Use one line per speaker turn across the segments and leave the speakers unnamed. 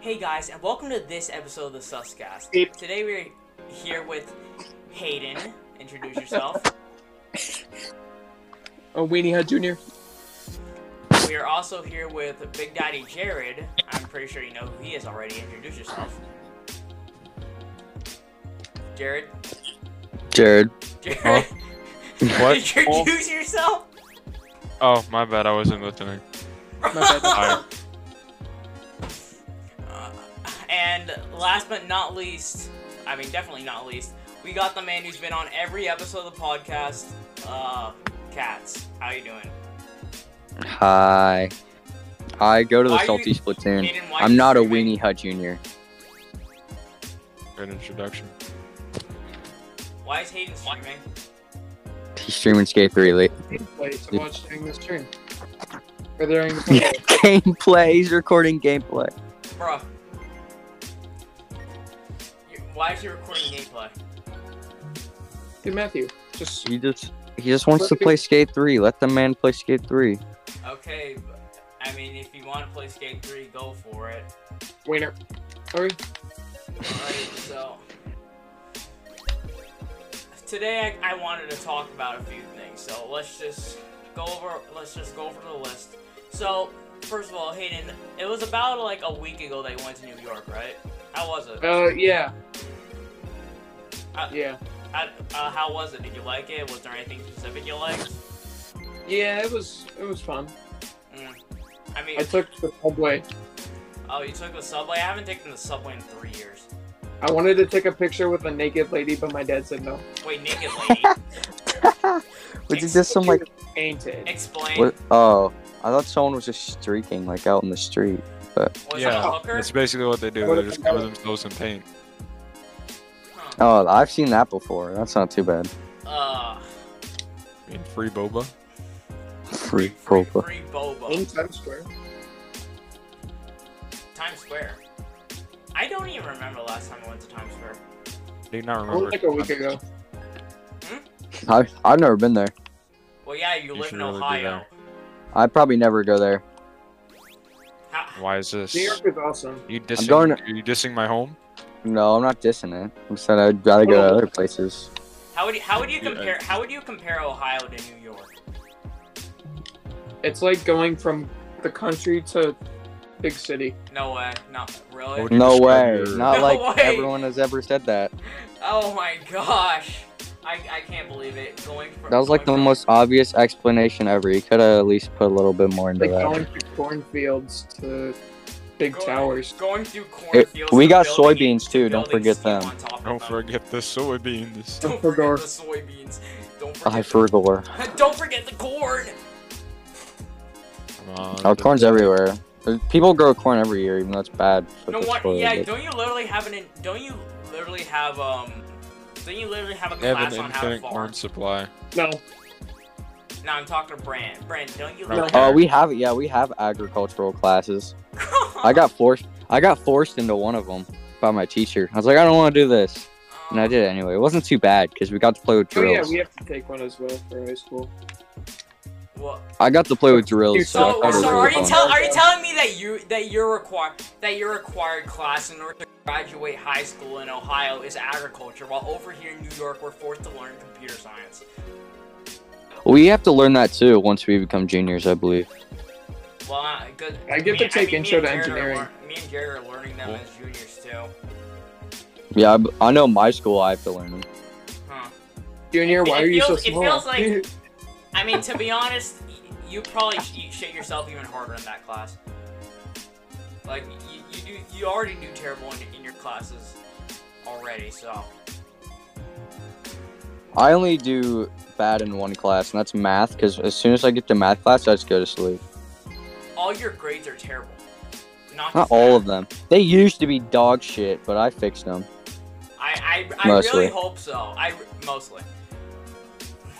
Hey guys, and welcome to this episode of the Suscast.
Beep.
Today we're here with Hayden. Introduce yourself.
Oh, Weenie Hut Jr.
we are also here with Big Daddy Jared. I'm pretty sure you know who he is already. Introduce yourself. Jared.
Jared.
Jared.
What?
Introduce yourself.
Oh, my bad. I wasn't listening.
My bad.
Hi.
Uh, and last but not least, I mean, definitely not least, we got the man who's been on every episode of the podcast. Uh, Cats, how you doing?
Hi. I go to the
Why are
Salty
you-
Splatoon.
Hayden, why are
I'm
you
not a
screaming?
Weenie Hut Jr.
Great introduction.
Why is Hayden screaming?
He's streaming Skate 3 late.
Wait, so watch during this stream. Or during the
gameplay. He's recording gameplay.
Bruh. You- Why is he recording gameplay?
Dude, Matthew, just
He just he just wants to
Look at-
play Skate 3. Let the man play Skate 3.
Okay, but, I mean, if you want to play Skate 3, go for it.
wiener. Hurry.
Alright, so. Today I, I wanted to talk about a few things, so let's just go over let's just go over the list. So, first of all, Hayden, it was about like a week ago that you went to New York, right? How was it?
Uh, yeah.
Uh,
yeah.
I, uh, how was it? Did you like it? Was there anything specific you liked?
Yeah, it was it was fun.
Mm. I mean,
I took the subway.
Oh, you took the subway? I haven't taken the subway in three years.
I wanted to take a picture with a naked lady, but my dad said no.
Wait, naked lady.
Was it just some like
Painted.
Explain.
what, oh I thought someone was just streaking like out in the street.
Was it a
Yeah,
hooker?
that's basically what they do. They just cover themselves in paint.
Huh.
Oh I've seen that before. That's not too bad.
Uh,
I mean, free boba.
Free
free,
Copa.
free
In
boba.
Times Square.
Times Square. I don't even remember last time I went to Times Square.
Did not
That was
remember.
like a week ago.
I I've never been there.
Well, yeah, you,
You
live
should
in
really be
Ohio.
there.
I'd probably never go there.
How,
Why is this?
New York is awesome.
You dissing?
going
Are you dissing my home?
No, I'm not dissing it. I said I'd rather go to other places.
how would you, how would you
Yeah, I-
compare how would you compare Ohio to New York?
It's like going from the country to big city.
No way, not really.
What-
No
Describe
way.
your-
Not
No
like
way.
everyone has ever said that.
Oh my gosh, I, I can't believe it. Going from,
That was like the
going from-
most obvious explanation ever. You could have at least put a little bit more into
Like
that.
going from cornfields to big
Going-
towers.
Going through
It-
cornfields.
we
and
got
building-
soybeans too. Don't
building
forget
steep
them.
on top of
Don't
them.
forget the soybeans.
Don't
Don't
forget the soybeans. Don't
I
forget.
forgot.
the, don't forget the corn.
Come on.
Oh, corn's everywhere. Uh, People grow corn every year, even though it's bad. for
No
the
what?
soil,
Yeah.
but-
Don't you literally have an? in- Don't you literally have um? Don't you literally have a
They have
class
an
on how to
infinite
farm?
corn supply.
No,
No, I'm talking to Brand. Brand, don't you?
No.
literally-
Oh, we have yeah, we have agricultural classes. I
Uh-huh.
got forced. I got forced into one of them by my teacher. I was like, I don't want to do this, and I did it anyway. It wasn't too bad because we got to play with
Oh yeah,
drills.
we have to take one as well for high school.
Um, What?
I got to play with drills. So,
So,
I
so are you
fun.
tell, are you telling me that you that your required that your required class in order to graduate high school in Ohio is agriculture, while over here in New York we're forced to learn computer science?
we have to learn that too once we become juniors, I believe.
Well, uh, good.
I get to
me-
take
mean, me
intro
and Jared
to
are
engineering.
lear- me and Jared are learning them
Cool.
as juniors too.
Yeah, I b- I, know my school. I have to learn them.
Huh.
Junior,
It-
why
it
are you so
feels- it
small?
feels like- I mean, to be honest, y- you probably sh- you shit yourself even harder in that class. Like you, you do, you already do terrible in, in your classes already. So
I only do bad in one class, and that's math. Because as soon as I get to math class, I just go to sleep.
all your grades are terrible. Not,
Not
just
all
that.
of them. They used to be dog shit, but I fixed them.
I I, I
Mostly.
really hope so. I re- mostly.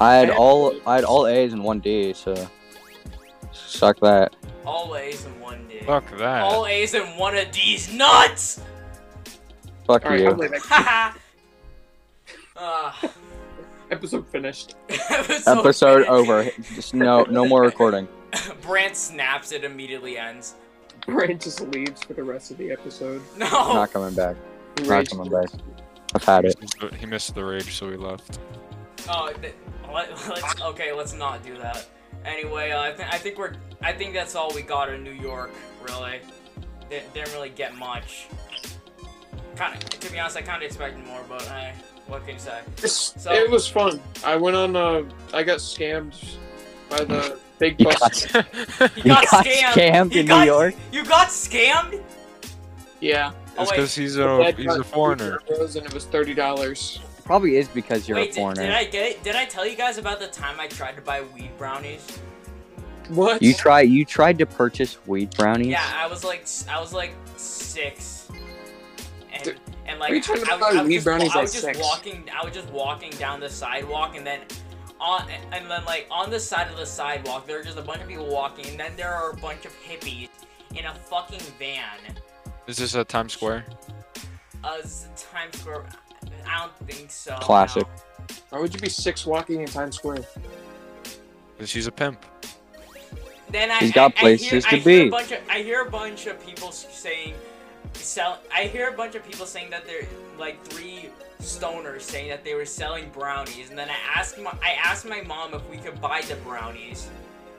I had
I-
all I had all A's and one D, so suck that.
All A's and one D.
Fuck that.
All A's and one of D's nuts.
Fuck
All right,
you.
probably next
Haha. uh,
episode finished.
episode
Episode
finished.
over. Just no no more recording.
Brant snaps. It immediately ends.
Brian just leaves for the rest of the episode.
I'm
No.
not coming back.
Rage-
coming back. I've had it.
He missed the rage, so he left.
Oh, th- let, let's okay. Let's not do that. Anyway, uh, I, th- I think we're. I think that's all we got in New York. Really, Di- didn't really get much. Kind of. To be honest, I kind of expected more, but hey, what can you say?
It's-
So-
it was fun. I went on. Uh, I got scammed by the big
You
bus.
got-
You
You got scammed
You
in
got-
New York.
You got scammed.
Yeah,
Oh
It's
wait.
because he's
But
a
that
he's
got
a foreigner.
€2 And it was thirty dollars.
Probably is because you're
wait.
a
Did,
foreigner.
did I get? It? Did I tell you guys about the time I tried to buy weed brownies?
What?
You try. You tried to purchase weed brownies.
Yeah, I was like, s- I was like six, and
Dude,
and
are you
like
talking
I,
about
was, I was
weed
just, wa-
brownies
I
at
was just
six?
walking, I was just walking down the sidewalk, and then on and then like on the side of the sidewalk, there are just a bunch of people walking, and then there are a bunch of hippies in a fucking van.
Is this at Times Square?
Uh, it's Times Square. I don't think so. no.
Classic.
Why would you be six walking in Times Square?
Because he's a pimp.
Then I,
He's got
I- I
places
hear,
to
I hear A
be.
bunch of, I hear a bunch of people s- saying, sell. I hear a bunch of people saying that they're like three stoners saying that they were selling brownies, and then I asked my, I asked my mom if we could buy the brownies,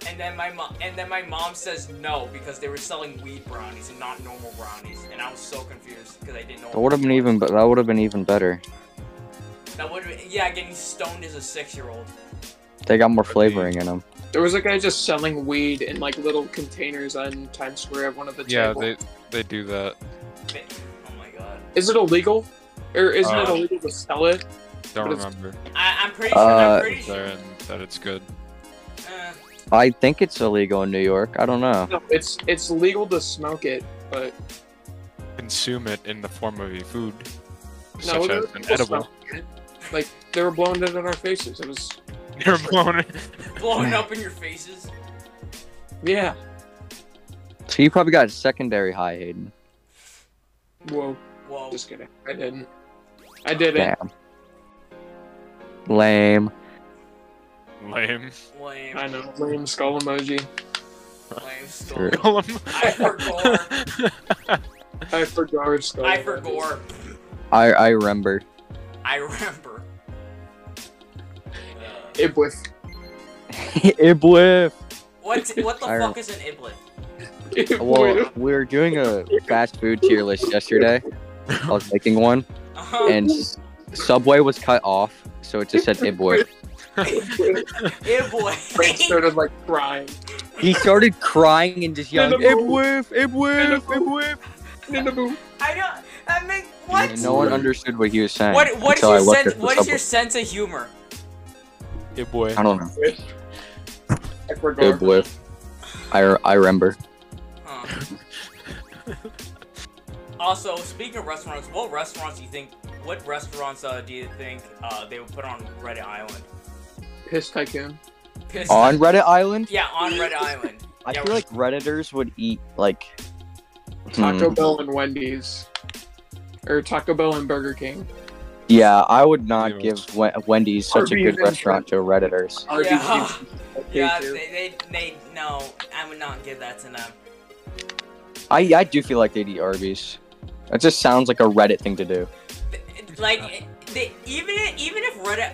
and then my mom, and then my mom says no because they were selling weed brownies and not normal brownies, and I was so confused because I didn't know.
That would have been even. But that would have been even better.
That would yeah, getting stoned as a six-year-old.
They got more flavoring in them.
There was a guy just selling weed in like little containers on Times Square at one of the
Yeah,
tables.
they they do that.
Oh my god.
Is it illegal? Or isn't it
Uh,
illegal to sell it?
Don't
But it's-
remember
I, I'm pretty sure. I'm
Uh,
pretty
there
sure.
and that it's good.
Uh,
I think it's illegal in New York. I don't know.
No, it's it's legal to smoke it, but
Consume it in the form of a food,
no,
such
there were
as an
people
edible.
smoking it. Like they were blowing it in our faces. It was
You're blown.
blowing up in your faces.
yeah.
So you probably got a secondary high, Hayden.
Whoa,
Whoa.
just kidding. I didn't. I did it.
Damn. Lame.
Lame.
Lame.
I know. Lame skull emoji.
Lame
Sure.
skull.
Call him.
I for gore.
I forgot our skull.
I for
emojis.
gore.
I I remember.
I remember.
It with
Ibwif.
What what the
I
fuck is an iblet?
it
Well, we were doing a fast food tier list yesterday. I was making one,
Uh-huh.
and S- Subway was cut off, so it just said Ibwif.
with- Frank
iblet.
started like crying.
He started crying and just yelling,
Minimum.
Ibwif, Ibwif, Ibwif.
Ninaboo.
I don't. I mean, what?
And no one understood what he was saying.
What what is
until I
your
looked
sense?
at the
What is your
Subway.
sense of humor?
Yeah, boy.
I don't know.
I forgot.
Ibwif. I, re- I remember.
Huh. also, speaking of restaurants, what restaurants do you think? What restaurants uh, do you think uh, they would put on Reddit Island?
Piss Tycoon.
Piss-
On Reddit Island,
Yeah, on Reddit Island.
I
Yeah,
feel like Redditors would eat, like, Hmm.
Taco Bell and Wendy's. Or Taco Bell and Burger King.
yeah, I would not
Yeah.
give Wen- Wendy's such a
Arby's
good
and-
restaurant to Redditors.
RBG.
Yeah.
Okay,
Yeah,
too.
they, they, they, no, I would not give that to them.
I, I do feel like they'd eat Arby's. That just sounds like a Reddit thing to do.
Th- Like, they, even if, even if Reddit,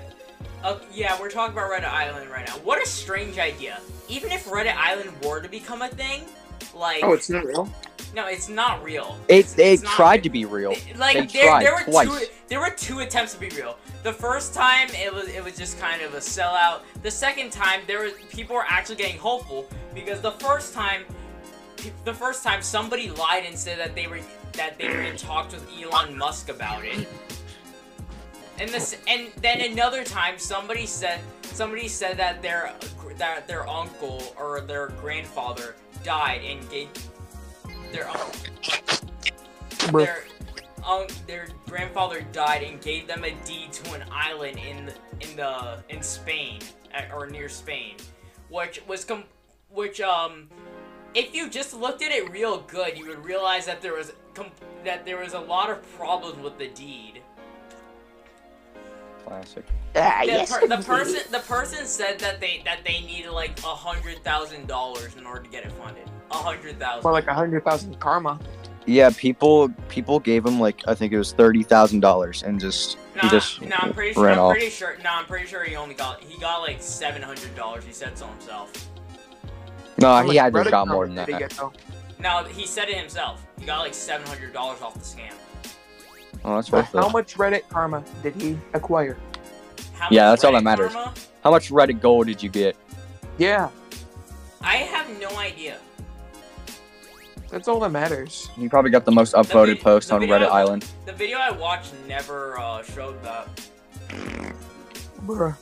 uh, yeah, we're talking about Reddit Island right now. What a strange idea. Even if Reddit Island were to become a thing, like,
Oh, it's not real?
no, it's not real.
It, they
not
tried
real.
to be real.
It- Like
They
there,
tried
there were two,
twice.
there were two attempts to be real. The first time it was it was just kind of a sellout. The second time there was people were actually getting hopeful because the first time, the first time somebody lied and said that they were that they were in talks with Elon Musk about it. And this and then another time somebody said somebody said that their that their uncle or their grandfather died and gave their uncle their um their grandfather died and gave them a deed to an island in the, in the in Spain at, or near Spain, which was com- which um if you just looked at it real good, you would realize that there was com- that there was a lot of problems with the deed.
Classic.
Ah,
The, per- the person the person said that they that they needed like a hundred thousand dollars in order to get it funded. a hundred
More
thousand.
like a hundred thousand karma.
Yeah, people people gave him like I think it was thirty thousand dollars and just he
Nah,
just
nah, I'm pretty sure.
ran
I'm
off.
pretty sure. Nah, I'm pretty sure he only got he got like seven hundred dollars. He said so himself.
no,
How
Uh, he
much
had just
credit
got
karma
more than
did
that.
he get, though?
Now he said it himself. He got like seven hundred dollars off the scam.
Oh, that's
But
worth it.
how much Reddit karma did he acquire?
How
Yeah,
much
that's all that
Reddit
matters.
karma?
How much Reddit gold did you get?
Yeah,
I have no idea.
that's all that matters.
You probably got the most
The
upvoted
vid-
post
the
on
video-
Reddit Island.
The video I watched never uh, showed that.
Bruh.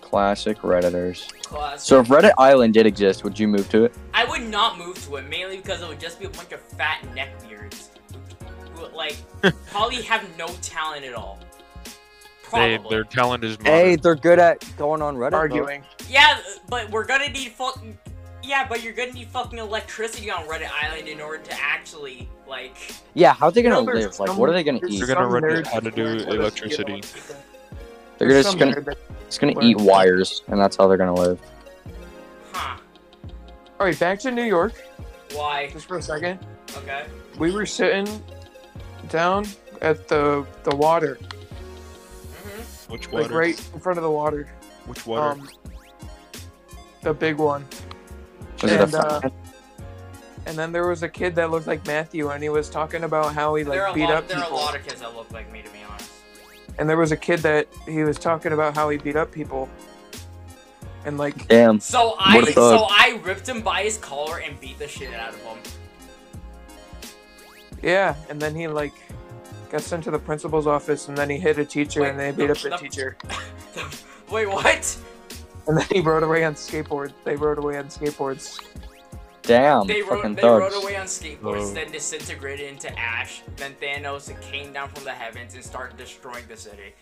Classic Redditors.
Class.
So if Reddit Island did exist, would you move to it?
I would not move to it mainly because it would just be a bunch of fat neckbeards who, who, like, probably have no talent at all.
They,
Probably.
their talent is
Hey,
moderate.
they're good at going on Reddit. though.
Arguing.
Yeah, but we're gonna need fucking. Yeah, but you're gonna need fucking electricity on Reddit Island in order to actually like.
Yeah, how are they gonna
No, there's
live? Like,
some-
what are they gonna
there's
eat?
They're gonna
some
run
nerd
how to
that
do
learns how to
electricity.
steal them.
They're
There's
just
some
gonna
nerd that-
just gonna
learn
eat
how to-
wires, and that's how they're gonna live.
Huh.
All right, back to New York
Why?
just for a second.
Okay.
We were sitting down at the the water,
hmm
Which
like
water?
right in front of the water.
Which water?
Um, the big one.
Was it a
And, uh,
fountain?
And then there was a kid that looked like Matthew, and he was talking about how he
there are
like
a
beat
lot.
up
there are a
people.
lot of kids that look like me, to be honest.
And there was a kid that he was talking about how he beat up people. And like
Damn.
So I
a thug.
so I ripped him by his collar and beat the shit out of him.
Yeah, and then he like got sent to the principal's office, and then he hit a teacher,
Wait,
and they beat
no,
up the
no.
teacher,
Wait, what?
and then he rode away on skateboards. They rode away on skateboards.
Damn.
they rode
fucking
they
thugs.
rode away on skateboards,
Oh.
then disintegrated into ash. Then Thanos came down from the heavens and started destroying the city.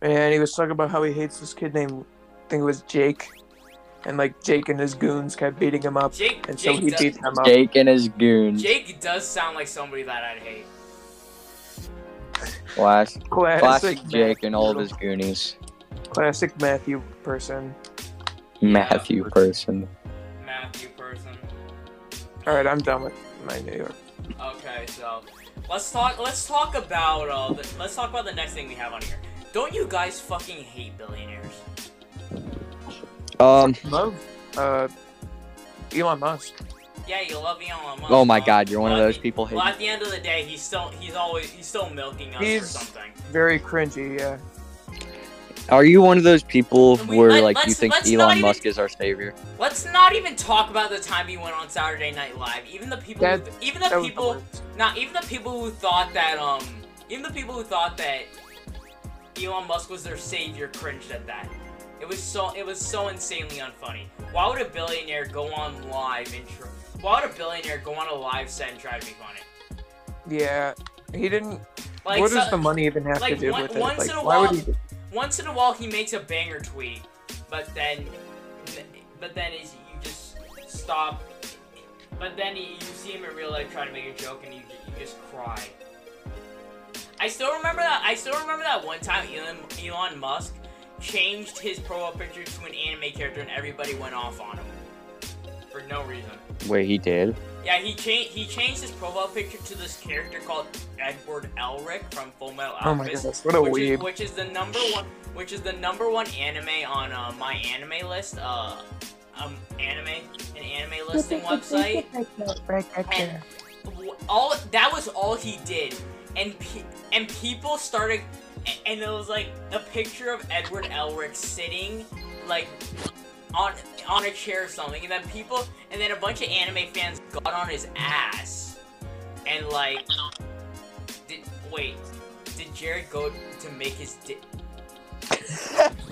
And he was talking about how he hates this kid named, I think it was Jake, and like Jake and his goons kept beating him up,
Jake
and so
Jake,
he
does,
beat them up.
Jake and his goons.
Jake does sound like somebody that I'd hate.
Classic,
Classic,
classic
Matthew-
Jake and all of his goonies.
classic Matthew person.
Matthew person.
Matthew person.
All right, I'm done with my New York.
Okay, so let's talk. Let's talk about. Uh, the, let's talk about the next thing we have on here. Don't you guys fucking hate billionaires?
Um.
Love, uh, Elon Musk.
Yeah, you love Elon Musk.
Oh my
huh?
God, you're one of
Well, at
those
the-
people.
Well,
Hate.
at the end of the day, he's still he's always he's still milking us or
He's-
something.
Very cringy. Yeah.
Are you one of those people
Can we-
where
let-
like you
let's-
think
let's not
Elon
even-
Musk is our savior?
Let's not even talk about the time he went on Saturday Night Live. Even the people, who-
That-
even the
That was
people,
worst.
not even the people who thought that um, even the people who thought that Elon Musk was their savior cringed at that. It was so it was so insanely unfunny. Why would a billionaire go on live and tr- why would a billionaire go on a live set and try to be funny?
Yeah, he didn't.
Like
what
so-
does the money even have
like,
to do
one-
with it?
once
like,
in a
why
while-
would he?
once in a while he makes a banger tweet, but then, but then is you just stop. But then you you see him in real life trying to make a joke, and you, ju- you just cry. I still remember that. I still remember that one time Elon Elon Musk changed his profile picture to an anime character, and everybody went off on him for no reason.
Wait, he did.
Yeah, he changed he changed his profile picture to this character called Edward Elric from Full Metal Alchemist
Oh my goodness, what a
which is,
weeb!
which is the number one which is the number one anime on uh, my anime list uh um anime an anime listing website and w- all that was all he did and pe- and people started a- and it was like a picture of Edward Elric sitting like on on a chair or something and then people and then a bunch of anime fans got on his ass and like did wait did Jared go to make his dick?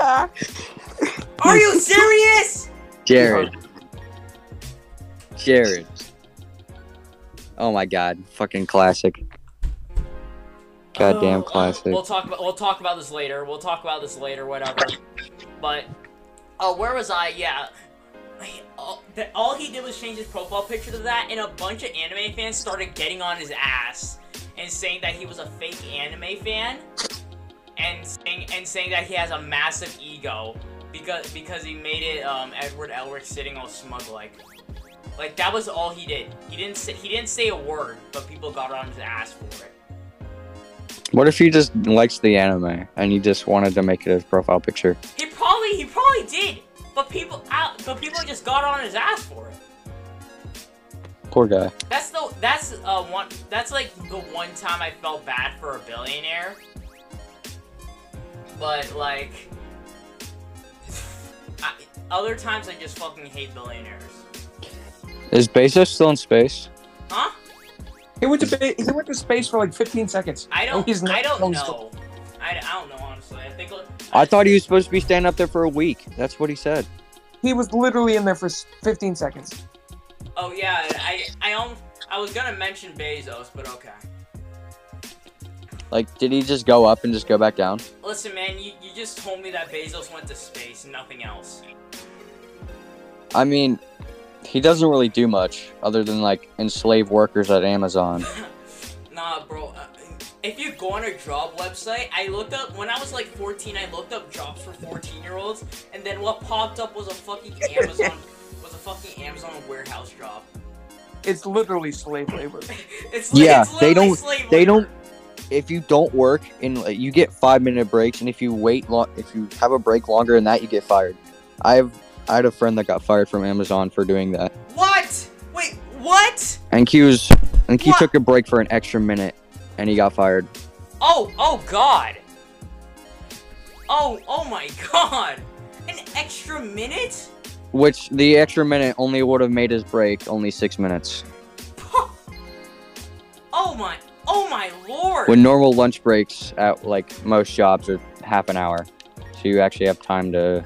Are you serious?
Jared. Jared. Oh my God! Fucking classic. Goddamn
Uh,
classic.
We'll talk about we'll talk about this later. We'll talk about this later. Whatever. But oh, where was I? Yeah. He- all- that- All he did was change his profile picture to that, and a bunch of anime fans started getting on his ass and saying that he was a fake anime fan, and saying and saying that he has a massive ego because because he made it um, Edward Elric sitting all smug like. Like that was all he did. He didn't say he didn't say a word, but people got on his ass for it.
What if he just likes the anime and he just wanted to make it his profile picture?
He probably he probably did, but people out but people just got on his ass for it.
Poor guy.
That's the that's uh one that's like the one time I felt bad for a billionaire. But like I, other times I just fucking hate billionaires.
Is Bezos still in space?
Huh?
He went to ba- he went to space for like 15 seconds.
I
No,
don't
he's not
I don't
going
know. I, I don't know honestly. I think uh,
I thought he was supposed to be staying up there for a week. That's what he said.
He was literally in there for s- 15 seconds.
Oh yeah, I I um, I was gonna mention Bezos, but okay.
Like, did he just go up and just go back down?
Listen, man, you, you just told me that Bezos went to space and nothing else.
I mean, he doesn't really do much other than like enslave workers at Amazon.
Nah, bro. Uh, if you go on a job website, I looked up when I was like 14. I looked up jobs for 14 year olds, and then what popped up was a fucking Amazon was a fucking Amazon warehouse job.
It's literally slave labor.
It's li-
Yeah,
it's
they
literally
don't-
slave
they
labor.
If you don't work and like, you get five minute breaks, and if you wait long, if you have a break longer than that, you get fired. I've I had a friend that got fired from Amazon for doing that,
What? Wait, what?
and he was and he
What?
took a break for an extra minute, and he got fired.
Oh, oh god. Oh, oh my god. An extra minute?
Which the extra minute only would have made his break only six minutes.
Oh my, oh my lord.
When normal lunch breaks at like most jobs are half an hour, so you actually have time to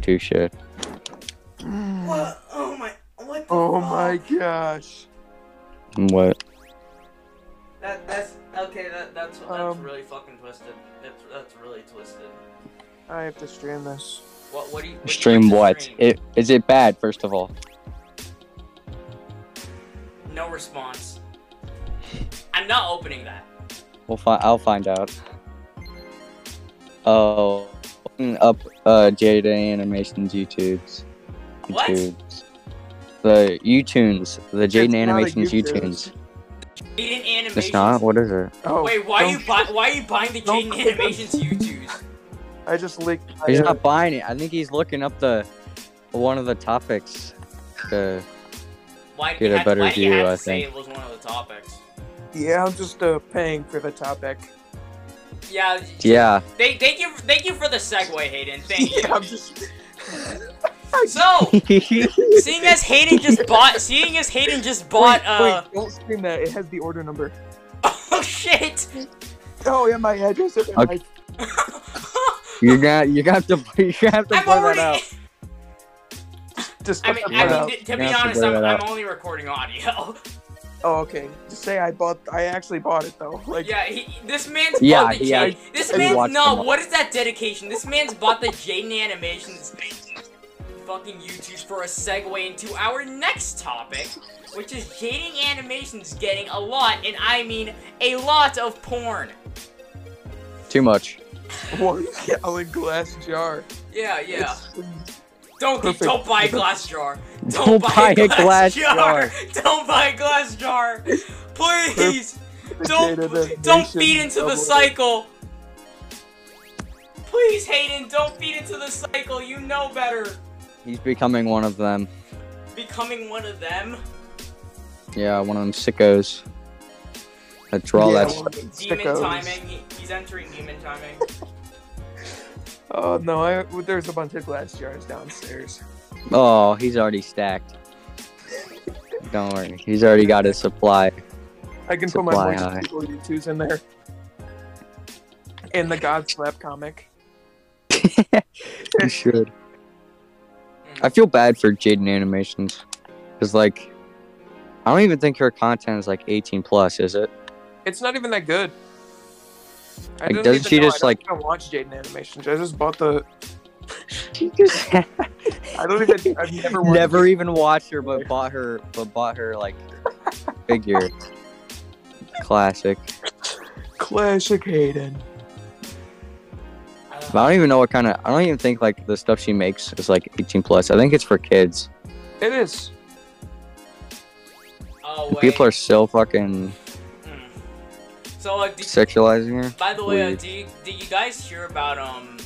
do shit.
what? Oh my, what the
Oh
fuck?
my gosh.
And What?
That, that's, okay, that, that's, that's
Um.
really fucking twisted. That's, that's really twisted.
I have to stream this.
What, what do you- what do you
Stream
like to
what?
stream?
It is it bad? First of all,
no response. I'm not opening that.
we'll find. I'll find out. Oh, looking up uh, Jada Animations YouTube's.
What?
YouTubes. The YouTunes, the
It's
Jaden
not a
Animations
YouTube's.
YouTunes.
Jaden Animations.
It's not. What is it?
Oh,
Wait, why are you
don't-
buy, why are you buying the
Don't
Jaden
click on-
Animations YouTubes?
I just leaked. my,
He's
uh,
not buying it. I think he's looking up the one of the topics. The
Why did
Get
you
a
have, to-
better
why did you
view,
have to
I
say
think.
it was one of the topics?
Yeah, I'm just uh, paying for the topic.
Yeah.
yeah,
They thank you thank you for the segue, Hayden. Thank you.
Yeah, I'm just.
So, seeing as Hayden just bought, seeing as Hayden just bought,
wait,
uh,
wait, don't stream that. It has the order number.
oh shit!
Oh, yeah, my address. and my-
Okay. you're gonna you have to you have to
I'm
blur that
already.
out.
Just
I mean,
cut that
I
out.
mean, to
You
be
have to
honest,
blur
I'm,
that
I'm
out.
only recording audio.
Oh, okay. Just say I bought. I actually bought it though. Like,
Yeah, he, this man's
Yeah,
bought the
yeah,
Jaden. This
I
man's
watched
no.
them all.
What is that dedication? This man's bought the Jaden Animations fucking YouTube for a segue into our next topic, which is Jaden Animations getting a lot, and I mean a lot of porn.
Too much.
one gallon glass jar.
Yeah, yeah.
It's-
Don't
Perfect.
don't buy a glass jar.
Don't buy a glass jar.
Don't buy a glass jar. Please.
it's
Don't
the data
don't
nation
feed into the
of-
cycle. Please, Hayden, don't feed into the cycle. You know better.
He's becoming one of them.
Becoming one of them.
Yeah, one of them sickos. That draw
Yeah,
that
well,
stuff.
Demon
sickos.
timing. He- he's entering demon timing.
Oh no, I, well, there's a bunch of glass jars downstairs.
Oh, he's already stacked. Don't worry, he's already got his supply.
I can put my
Supply high.
moist people you twos in there. In the God Slap comic.
You should. I feel bad for Jaden Animations, cause like, I don't even think her content is like 18 plus, is it?
It's not even that good. I
Like,
didn't
doesn't
even
she
know. I
just,
don't
like-
even watch Jaden animations? I just bought the.
She just
I don't even. I've never. watched
never
it.
even watched her, but bought her, but bought her like figure. Classic.
Classic Hayden.
Uh,
But I don't even know what kind of. I don't even think like the stuff she makes is like 18 plus. I think it's for kids.
It is.
No way.
People are so fucking
Mm. So, uh, did,
sexualizing her.
by the way, uh,
Weird.
do, you, do you guys hear about um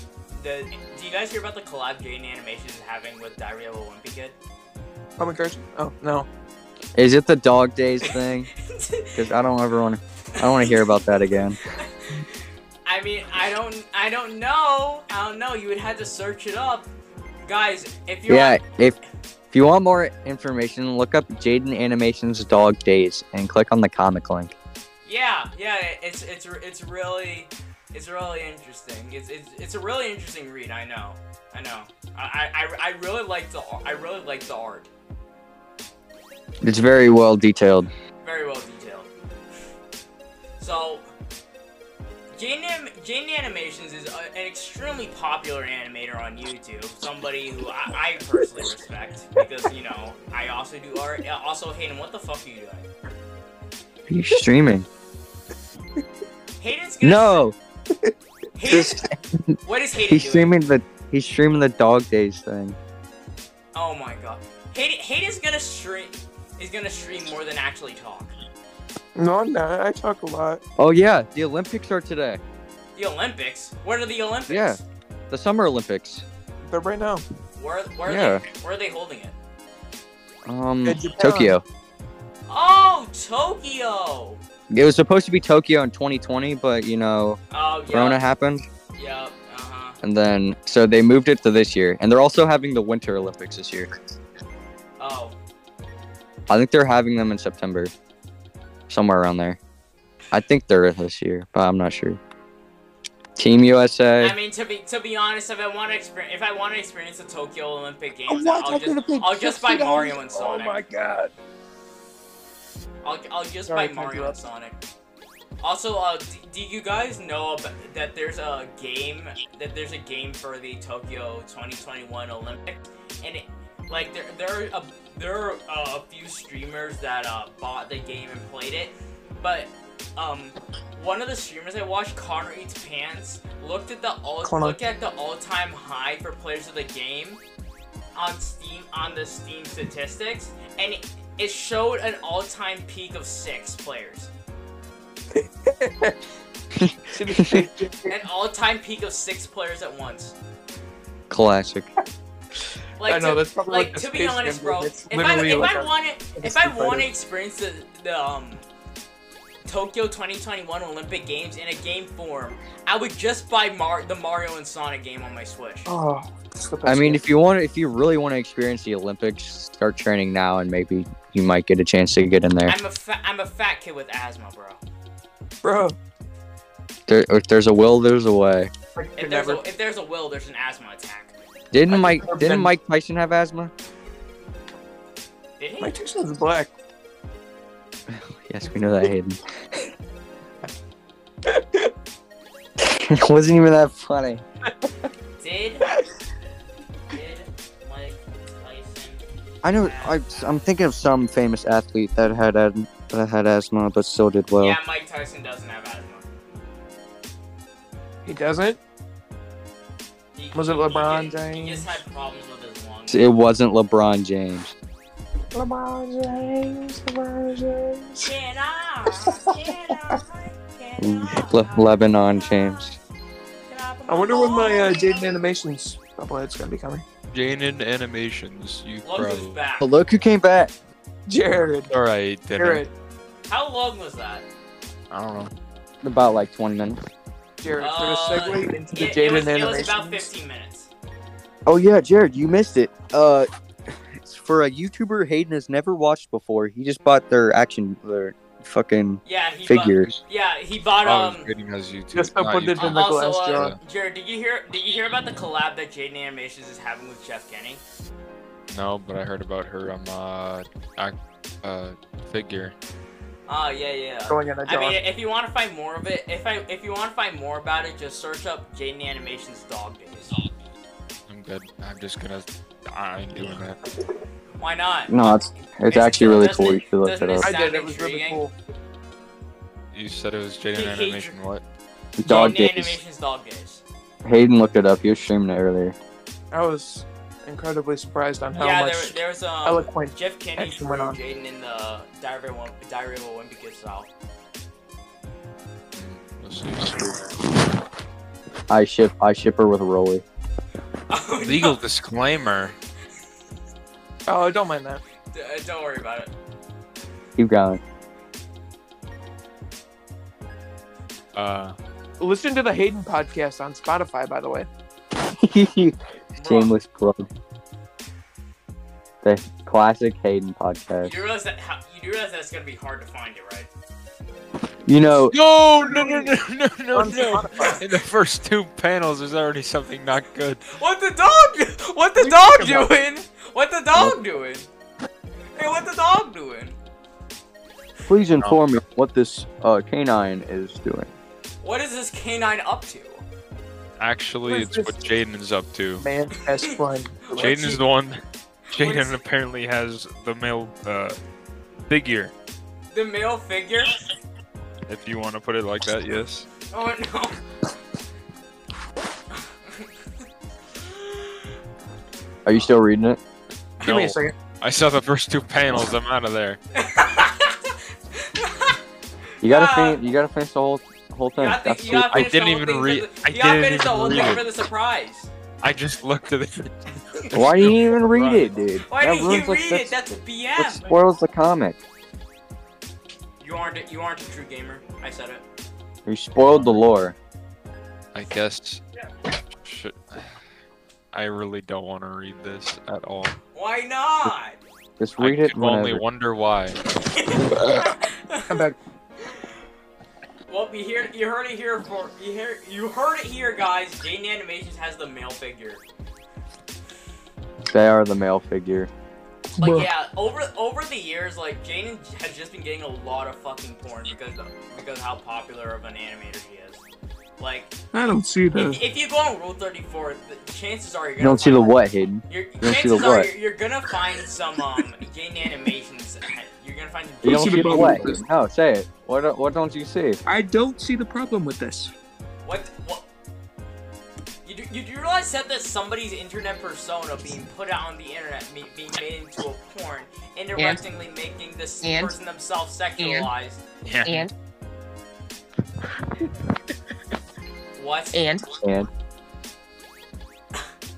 the? Do you guys hear about the collab Gain Animations is having with Diary of a Wimpy Kid?
Oh my gosh. Oh no.
Is it the dog days thing? Because I don't ever want to. I don't want to hear about that again.
I mean, I don't, I don't know. I don't know. You would have to search it up, guys. If you're
Yeah, if if you want more information, look up Jaden Animations Dog Days and click on the comic link.
Yeah, yeah, it's it's it's really it's really interesting. It's it's, it's a really interesting read. I know, I know. I, I, I really like the ar- I really like the art.
It's very well detailed.
Very well detailed. So, Jane, Anim- Jane Animations is a, an extremely popular animator on YouTube. Somebody who I, I personally respect because you know I also do art. Yeah, Also, Hayden, what the fuck are you doing?
You're streaming.
Hayden's gonna
No,
Hayden,
just
what is Hayden
he's
doing?
streaming the he's streaming the Dog Days thing.
Oh my god. Hayden, Hayden's gonna stream is gonna stream more than actually talk.
No, I'm not. I talk a lot.
Oh yeah, the Olympics are today.
The Olympics? What are the Olympics?
Yeah. The Summer Olympics.
But right now,
Where where are
Yeah.
they where are they holding it?
Um,
Yeah, Japan.
Tokyo.
Oh Tokyo!
It was supposed to be Tokyo in 2020, but you know,
Oh yeah.
Corona happened,
Yep, uh-huh.
and then so they moved it to this year, and they're also having the Winter Olympics this year.
Oh.
I think they're having them in September, somewhere around there. I think they're this year, but I'm not sure. Team USA.
I mean to be to be honest, if I wanna experience if I wanna experience the Tokyo Olympic Games,
what?
I'll
I'm
just
gonna pay
I'll just buy
$60?
Mario and
Oh
Sonic.
my god.
I'll, I'll just
Sorry,
buy
can't
Mario
do
and
that.
Sonic. Also, uh, do, do you guys know ab- that there's a game that there's a game for the Tokyo 2021 Olympics, and it, like there there are a, there are uh, a few streamers that uh, bought the game and played it, but um, one of the streamers I watched, Connor Eats Pants, looked at the all
Connor.
looked at the all time high for players of the game on Steam on the Steam statistics, and it, it showed an all time peak of six players. An all time peak of six players at once.
Classic.
Like
I know
to,
that's probably
like
the
to be
Space
honest,
Jam
bro.
movie.
If
It's
I
literally
if
like
I
a-
want to
like a
if I
Street Fighter.
want to experience the, the um Tokyo 2021 Olympic Games in a game form, I would just buy Mar the Mario and Sonic game on my Switch.
Oh, it's the best
I mean,
game.
if you want, if you really want to experience the Olympics, start training now, and maybe you might get a chance to get in there.
I'm a fa- I'm a fat kid with asthma, bro.
bro,
there if there's a will, there's a way.
If there's a, if there's a will, there's an asthma attack.
Didn't
I
Mike?
think I've
Didn't
been-
Mike Tyson have asthma?
Did he?
my Tyson's black.
Yes, we know that, Hayden. it wasn't even that funny.
Did did Mike Tyson?
I know. I, I'm thinking of some famous athlete that had ad- that had asthma, but still did well.
Yeah, Mike Tyson doesn't have asthma.
He doesn't.
He,
Was it
he-
LeBron
he, just- He
James?
just had problems with his lungs.
It wasn't LeBron James.
LeBron James. LeBron James.
Get off, get off, get off.
Le- Lebanon James.
Get off of
I wonder when my uh,
lawn.
Jaden animations doublehead's gonna be coming.
Jaden Animations, you
Look who's
probably.
back.
But look who came back.
Jared.
All right, then.
Jared.
How long was that?
I don't know.
About like 20 minutes.
Jared. for
Uh,
the segue into the
It, it,
Jaden
was, it
animations.
was about 15 minutes.
Oh yeah, Jared, you missed it. Uh, it's for a YouTuber Hayden has never watched before. He just bought their action, their fucking
Yeah, he
figures.
Bought, yeah, he bought
I was
um.
reading as YouTube.
Just to
not
put it
YouTube.
in Oh, the
also,
glass
uh,
jar.
Jared, did you hear? Did you hear about the collab that Jaden Animations is having with Jeff Kenny?
No, but I heard about her. um uh, ac- uh, figure.
Oh yeah, yeah.
Going in a
I
jar.
mean, if you want to find more of it, if I if you want to find more about it, just search up Jaden Animations Dog Days.
I'm good. I'm just gonna. I ain't doing that.
Why not?
No, it's it's actually really cool. You should look it
Doesn't it-
up.
I
doesn't
did.
sound
It was really
intriguing?
cool.
You said it was Jaden
He- he-
Animation. What?
Dog
Jaden
days.
Animations Dog Days.
Hayden looked it up. He was streaming it earlier.
I was. incredibly surprised on how
yeah, there,
much
there was um,
eloquent.
Jeff Kinney
action
threw
went on.
Jaden in the Diary of, a Wimp- Diary of a Wimpy Kid style.
Let's see.
I ship I ship her with Rolly.
Oh,
Legal disclaimer.
Oh, don't mind that.
no. D- uh, Don't worry about it.
Keep going.
Uh,
Listen to the Hayden podcast on Spotify, by the way.
Shameless plug. The classic Hayden podcast.
You do realize that how, you do realize that's gonna be hard to find it, right?
You know,
no, no, no, no, no, no,
On
no.
Spotify.
In the first two panels, there's already something not good.
What the dog? What the dog doing? What the dog doing? Hey, what the dog doing?
please inform me what this uh, canine is doing.
What is this canine up to?
Actually,
What is
it's what Jaden is up to.
Man, that's fun.
Jaden is the one.
is-
Jaden apparently has the male uh, figure,
The male figure?
if you want to put it like that. Yes.
Oh no.
Are you still reading it?
Give
No,
me a second.
I saw the first two panels. I'm out of there.
You gotta
Yeah.
finish. You gotta finish the whole whole
You
thing.
gotta
That's
think- you gotta
I
finish the
didn't
whole
even
thing for
read-
the-
I
You gotta
didn't
finish the
even
whole
read
thing
it.
for the surprise.
I just looked at it.
the- Why do you even read it, dude?
Why
that
did
ruins,
you
like,
read
that's-
it? That's
That
BS.
spoils the comic.
You aren't a- you aren't a true gamer. I said it.
You spoiled the lore.
I guess. Should, I really don't want to read this at all.
Why not?
Just read
I
it
can only
whenever.
wonder why.
I'm back.
Well, you hear you heard it here for you hear you heard it here, guys. Jaden Animations has the male figure.
They are the male figure.
Like yeah, over over the years, like Jaden has just been getting a lot of fucking porn because of, because how popular of an animator she is. Like
I don't see
if, if you go on Rule Thirty Four, the chances are you're
You
gonna
don't see the
find-
what, Hayden.
Your
don't see the
chances are
what.
you're, you're gonna find some um Jaden Animations. You're gonna find
You
Don't
don't
see the
see the
problem
what?
with this.
No, say it. What? don't- What don't you see?
I don't see the problem with this.
What? What? You do, you do realize that that somebody's internet persona being put out on the internet, me, being made into a porn, indirectly making this
And-
person themselves sexualized.
And
What?
and
And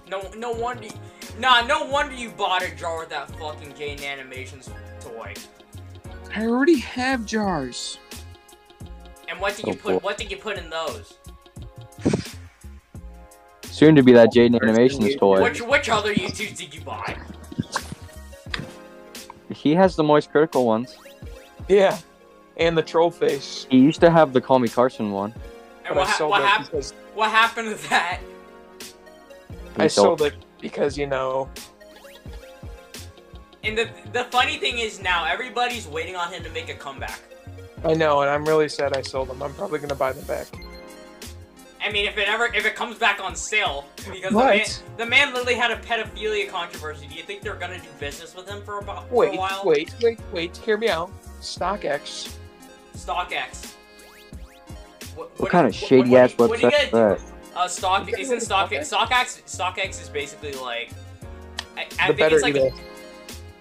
No, no wonder. You, nah, no wonder you bought a jar with that fucking Jane Animations toy.
I already have jars.
And what did you
Oh,
put?
boy.
What did you put in those?
soon to be that Jaden Animations toy.
Which which other YouTubes did you buy?
He has the most critical ones.
Yeah, and the troll face.
He used to have the Call Me Carson one.
And
But
what,
I
ha-
sold
what,
it
hap-
because
what happened to that?
He
I sold it because you know
And the the funny thing is now everybody's waiting on him to make a comeback.
I know, and I'm really sad I sold them. I'm probably gonna buy them back.
I mean, if it ever if it comes back on sale, because the man,
What?
the man literally had a pedophilia controversy. Do you think they're gonna do business with him for about for a
Wait,
while?
wait, wait, wait. Hear me out. StockX.
StockX. What,
What kind of shady ass
what, do you-
website is
What are you gonna
that?
do? Uh, Stock
You guys
isn't
know
StockX. StockX StockX is basically like. I, I
the
think
better
it's like
email.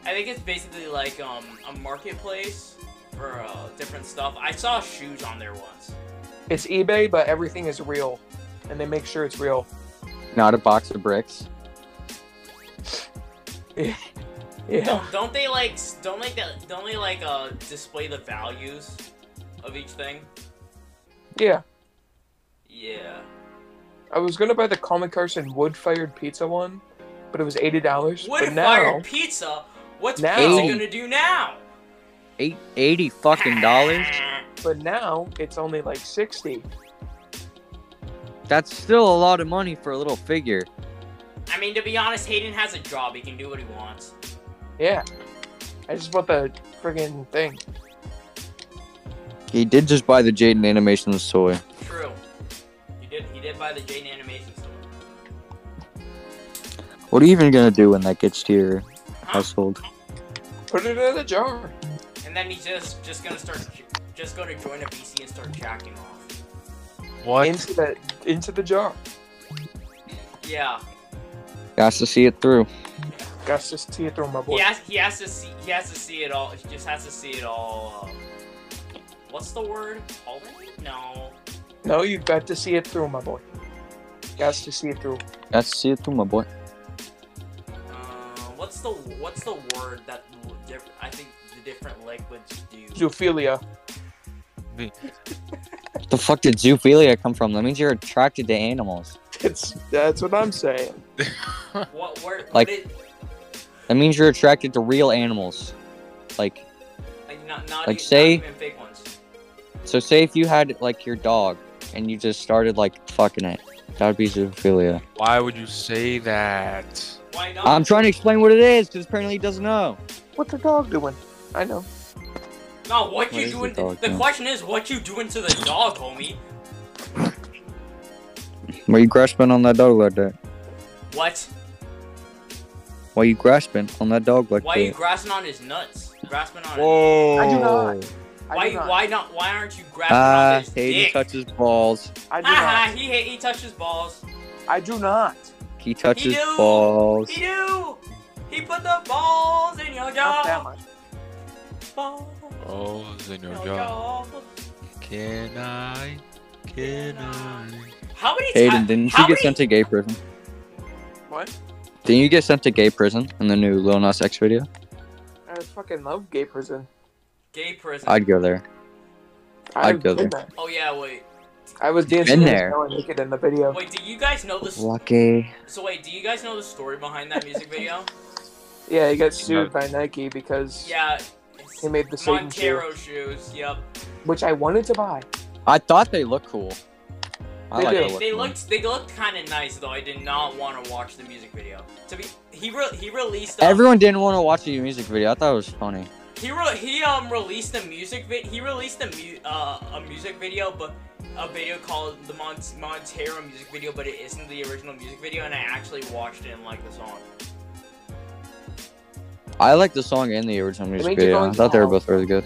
I think it's basically like um a marketplace for uh, different stuff. I saw shoes on there once.
It's eBay, but everything is real, and they make sure it's real.
Not a box of bricks.
Yeah.
Don't, don't they like s- don't like that don't they like uh display the values of each thing?
Yeah.
Yeah.
I was gonna buy the Common Carson wood-fired pizza one, but it was eighty dollars.
Wood
But now,
fired pizza. What's
Now-
pizza gonna do now?
Eight eighty fucking dollars.
but now it's only like sixty.
That's still a lot of money for a little figure.
I mean, to be honest, Hayden has a job. He can do what he wants.
Yeah. I just bought the friggin' thing.
He did just buy the Jaden Animations toy.
True. He did. He did buy the Jane Animation store.
What are you even gonna do when that gets to your
Huh?
household?
Put it in a jar.
And then he's just just gonna start just gonna join a BC and start jacking off.
What?
Into the into the jar.
Yeah.
Got to see it through.
Got to see it through my boy.
He has, he has to see he has to see it all. He just has to see it all. Um, what's the word? Already? No.
No, you got to see it through, my boy. Got to see it through.
Got to see it through, my boy.
Uh, what's the what's the word that l- diff- I think the different languages do?
Zoophilia.
The fuck did zoophilia come from? That means you're attracted to animals.
It's, that's what I'm saying.
What word?
Like-
what is,
That means you're attracted to real animals. Like,
like not not,
like,
e-
say-
not even fake ones.
so say if you had like your dog and you just started like fucking it, that would be zoophilia.
Why would you say that?
Why not?
I'm trying to explain what it is because apparently he doesn't know.
What the dog doing? I know.
no, what
What
you
is the
doing? The,
dog doing?
question is, what you doing to the dog, homie?
Why you grasping on that dog like that?
What?
Why you grasping on that dog like
Why
that?
are you grasping on his nuts? Grasping on. His,
Whoa.
I do not. I
why
do not.
why not? Why aren't you grasping
ah,
on his
Hayden
dick?
touches balls.
I do
Haha,
not.
he hit, he touches balls.
I do not.
He touches
do.
balls.
He do. He put the balls in your
Not that
jaw.
much.
Balls
Oh, in
in
your
your jaw.
jaw. Can I? Can I?
How many
Hayden,
times?
didn't
how
you get
many-
sent to gay prison?
What?
Didn't you get sent to gay prison in the new Lil Nas X video?
I fucking love gay prison.
Gay prison.
I'd go there. I'd
I've
go
been
there.
oh yeah, wait.
I was dancing
Been
with
there.
Noah naked in the video.
Wait, do you guys know this?
Lucky.
So wait, do you guys know the story behind that music video?
Yeah, he got sued by Nike because
Yeah. it's
he made the Satan shoe,
Montero shoes. Yep.
which I wanted to buy.
I thought they looked cool. I
They
like
do.
the
They,
look
they
of them.
looked they looked kind of nice though. I did not want to watch the music video. To be he re- he released a-
Everyone didn't want to watch the music video. I thought it was funny.
He re- he um released a music vid he released a mu- uh, a music video but a video called the Mon- Montero music video but it isn't the original music video and I actually watched it and liked the song.
I like the song and the original music
made you go
video. I
into
thought they were
hell.
both really good.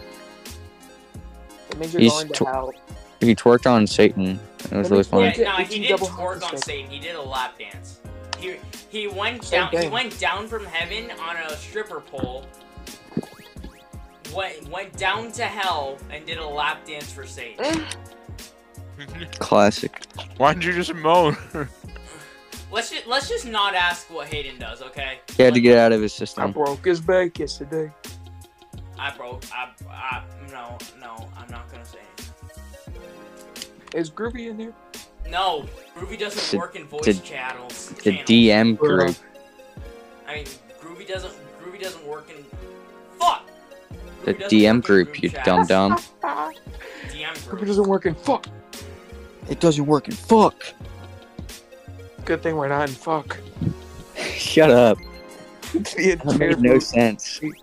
It means you're
He's
going to
tw-
hell.
He twerked on Satan. and It
Let
was really
me
funny.
twerk.
Yeah,
did-
no,
did
he
you
did
double
twerk on
handstand?
Satan. He did a lap dance. He he went
Same
down he
thing.
went down from heaven on a stripper pole. Went went down to hell and did a lap dance for Satan.
Classic.
Why'd you just moan?
Let's just let's just not ask what Hayden does, okay?
He had to
Let-
get out of his
I
system.
broke his back yesterday.
I broke. I, I no no. I'm not gonna say anything.
Is Groovy in there?
No, Groovy doesn't
Did-
work in voice
did-
channels.
The
channels.
DM group.
I mean, Groovy doesn't. Groovy doesn't work in. Fuck.
The
Groovy doesn't
DM
work in
group,
group
you
chats.
dumb dumb.
Ah,
DM
Groovy
group.
doesn't work in fuck.
It doesn't work and fuck.
Good thing we're not in fuck.
Shut up.
the
That
entire
made no
movie
sense.
Oh
is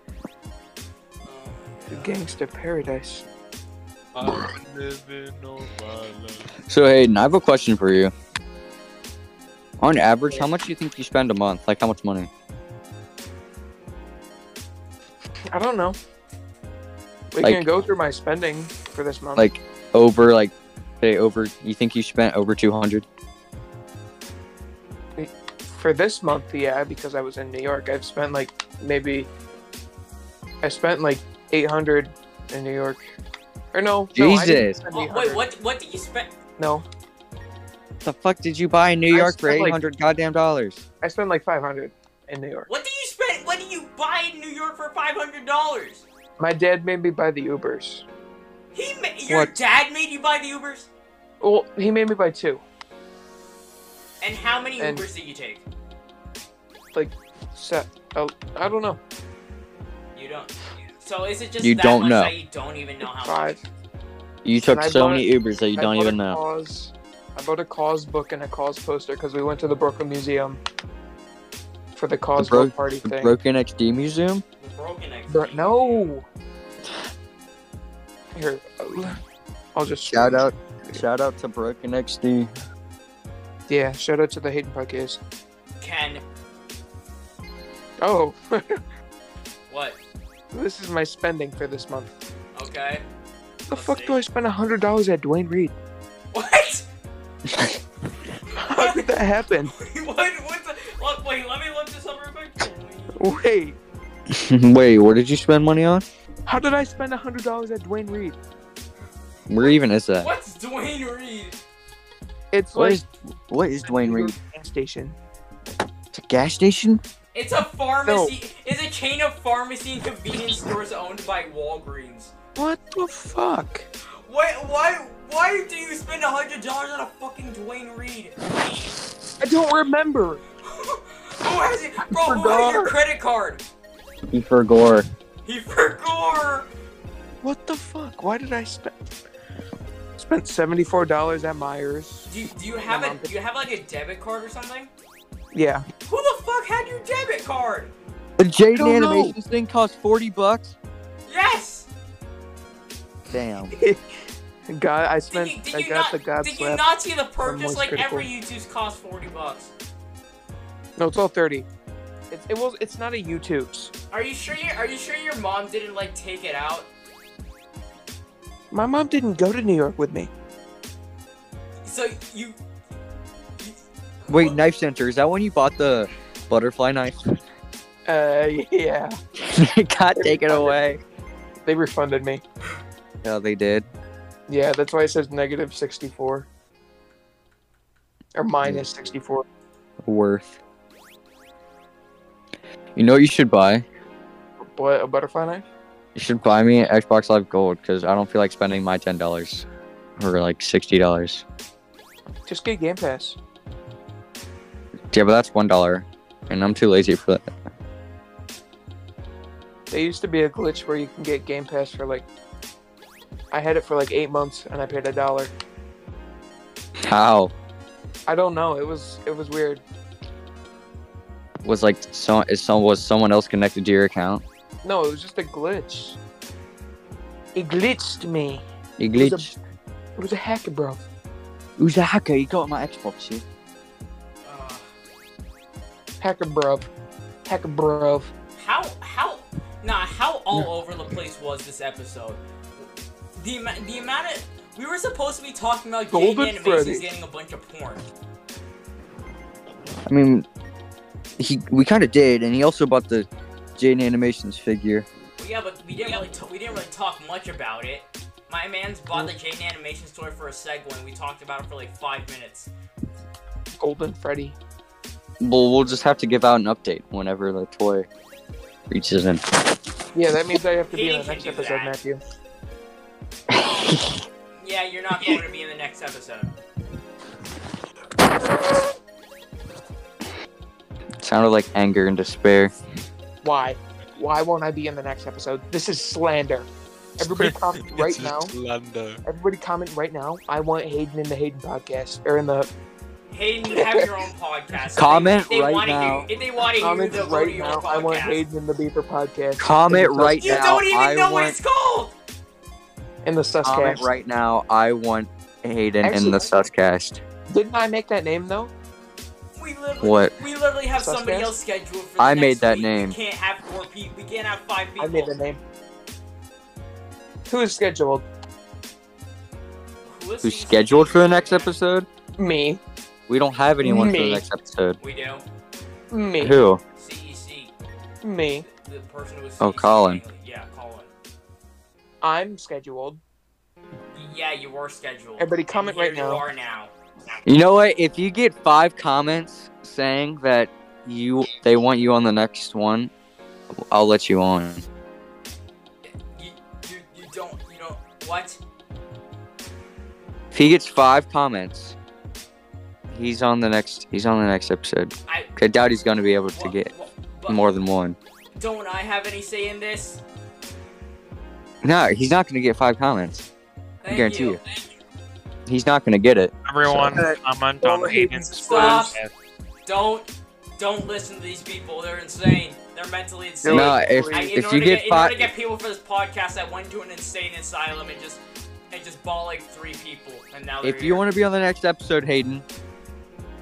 my God.
gangster paradise.
I'm living on my life.
So Hayden, I have a question for you. On average, how much do you think you spend a month? Like how much money?
I don't know. We
Like-
can go through my spending for this month.
Like over like say over you think you spent over two hundred?
for this month, yeah, because I was in New York, I've spent like maybe I spent like 800 in New York. Or no, no, I didn't
Jesus.
spend
Oh, wait,
800.
what? What do you spend?
No,
The fuck did you buy in New
I
York for
spent,
eight
like-
hundred goddamn dollars?
I spent like 500 in New York.
What do you spend? What do you buy in New York for five hundred dollars?
My dad made me buy the Ubers.
He ma- your
What?
dad made you buy the Ubers.
Well, he made me buy two,
And how many
And-
Ubers did you take?
so uh, I don't know,
You don't. So is it just
You
that
don't
much
know.
that you don't even know how much?
five.
You took
I
so
bought-
many Ubers that you
I
don't
bought
even
a
know.
Cause, I bought a cause book and a cause poster because we went to the Brooklyn Museum for the cause
Bro-
book party
The
thing.
Broken XD Museum?
The broken egg.
Bro- no. Here, uh, I'll just
out shout out to Broken XD.
Yeah, shout out to the Hayden podcast.
Can
Oh,
what?
this is my spending for this month.
Okay.
The
Let's
fuck
see.
do I spend hundred dollars at Dwayne Reed?
What?
How did that happen?
what? What the? Look, wait. Let me
Wait,
Wait, what did you spend money on?
how did I spend hundred dollars at Dwayne Reed?
Where even is that?
What's Dwayne Reed?
It's
What
like
is what is Dwayne Reed?
gas station.
It's a gas station?
It's a pharmacy. It's a chain of pharmacy and convenience stores owned by Walgreens.
What the fuck?
Why? Why? Why do you spend a hundred dollars on a fucking Dwayne Reed?
I don't remember.
who has it, bro? Who has your
forgot.
credit card?
Kiefer Gore.
He forgot.
What the fuck? Why did I spend? Spent seventy four dollars at Myers.
Do you, do you have
My
a
mom-
do you have like a debit card or something?
Yeah.
Who the fuck had your debit card?
The Jaden
don't know.
Animations thing cost forty bucks.
Yes.
Damn.
God, I
Did
spent.
you,
I
did you
got
not
the God
did you
slap.
not see the purchase?
most
Like
critical.
every YouTube's cost forty bucks.
No, it's all thirty. It, it was. It's not a YouTube's.
Are you sure? You, are you sure your mom didn't like take it out?
My mom didn't go to New York with me.
So you.
Wait, knife center, is that when you bought the butterfly knife?
Uh, yeah.
God take it away.
They refunded me.
Yeah, they did.
Yeah, that's why it says negative 64. Or minus 64.
Worth. You know what you should buy?
What, a butterfly knife?
You should buy me an Xbox Live Gold because I don't feel like spending my ten dollars or like sixty dollars.
Just get Game Pass.
Yeah, but that's one dollar, and I'm too lazy for that.
There used to be a glitch where you can get Game Pass for like. I had it for like eight months and I paid a dollar.
How
I don't know. It was it was weird.
was like so? Is some was someone else connected to your account?
No, it was just a glitch. It glitched me.
You
It was a-
glitched.
It was a hacker, bro.
Who's a hacker? You got my Xbox. You.
Uh,
Hacker, bro. Hacker, bro.
how how nah how all over the place was this episode? The ama- the amount of we were supposed to be talking about Jaden
Golden
animations
Freddy.
getting a bunch of porn.
I mean, he we kind of did, and he also bought the Jaden Animations figure.
Well, yeah, but we didn't really t- we didn't really talk much about it. My man's bought the Jaden animation store for a segue, and we talked about it for like five minutes.
Golden Freddy.
Well, we'll just have to give out an update whenever the toy reaches in.
Yeah, that means I have to be in
He
the next
can do
episode,
that.
Matthew.
Yeah, you're not going to be in the next episode.
sounded like anger and despair.
Why? Why won't I be in the next episode? This is slander. Everybody comment right
It's
now.
just Lando.
Everybody comment right now. I want Hayden in the Hayden podcast or in the
Hayden, you have your own podcast. If they-
Comment
if they
right
wanna
now.
Hear, if they want to hear
comments
the
right
audio
now.
podcast,
I want Hayden in the Beeper podcast.
Comment right
you
now.
don't even
I
know what
want
it's called.
in the
comment
Suscast.
Um, right now. I want Hayden in
Actually-
the Suscast.
Didn't I make that name though?
We literally,
What?
We literally have somebody
Suspect?
else scheduled for. The
I
next
made that
week.
name.
We can't have four people. We can't have five people.
I made the name. Who is scheduled?
Who is
Who's
he
scheduled for the next episode?
Me.
We don't have anyone for the
Me.
next episode.
We do.
Me.
Who?
CEC.
Me.
The person who was.
Oh,
CEC
Colin.
Yeah, Colin.
I'm scheduled.
Yeah, you were scheduled.
Everybody comment
And here
right
You
now.
are now.
You know what? If you get five comments saying that you they want you on the next one, I'll let you on.
You, you, you don't you don't what?
If he gets five comments, he's on the next. He's on the next episode.
I
'Cause I doubt he's going to be able to
what-
get
what- but
more than one.
Don't I have any say in this?
No, he's not going to get five comments.
Thank
guarantee you. He's not going to get it.
Everyone,
Uh,
comment
well,
on
Hayden's
Hayden's
stop.
podcast.
Don't don't listen to these people. They're insane. They're mentally insane.
No, if,
I, in
if
order
you
to
get
in order to
five,
get people for this podcast, I went to an insane asylum and just and just bought like three people, and now
if you want to be on the next episode, Hayden,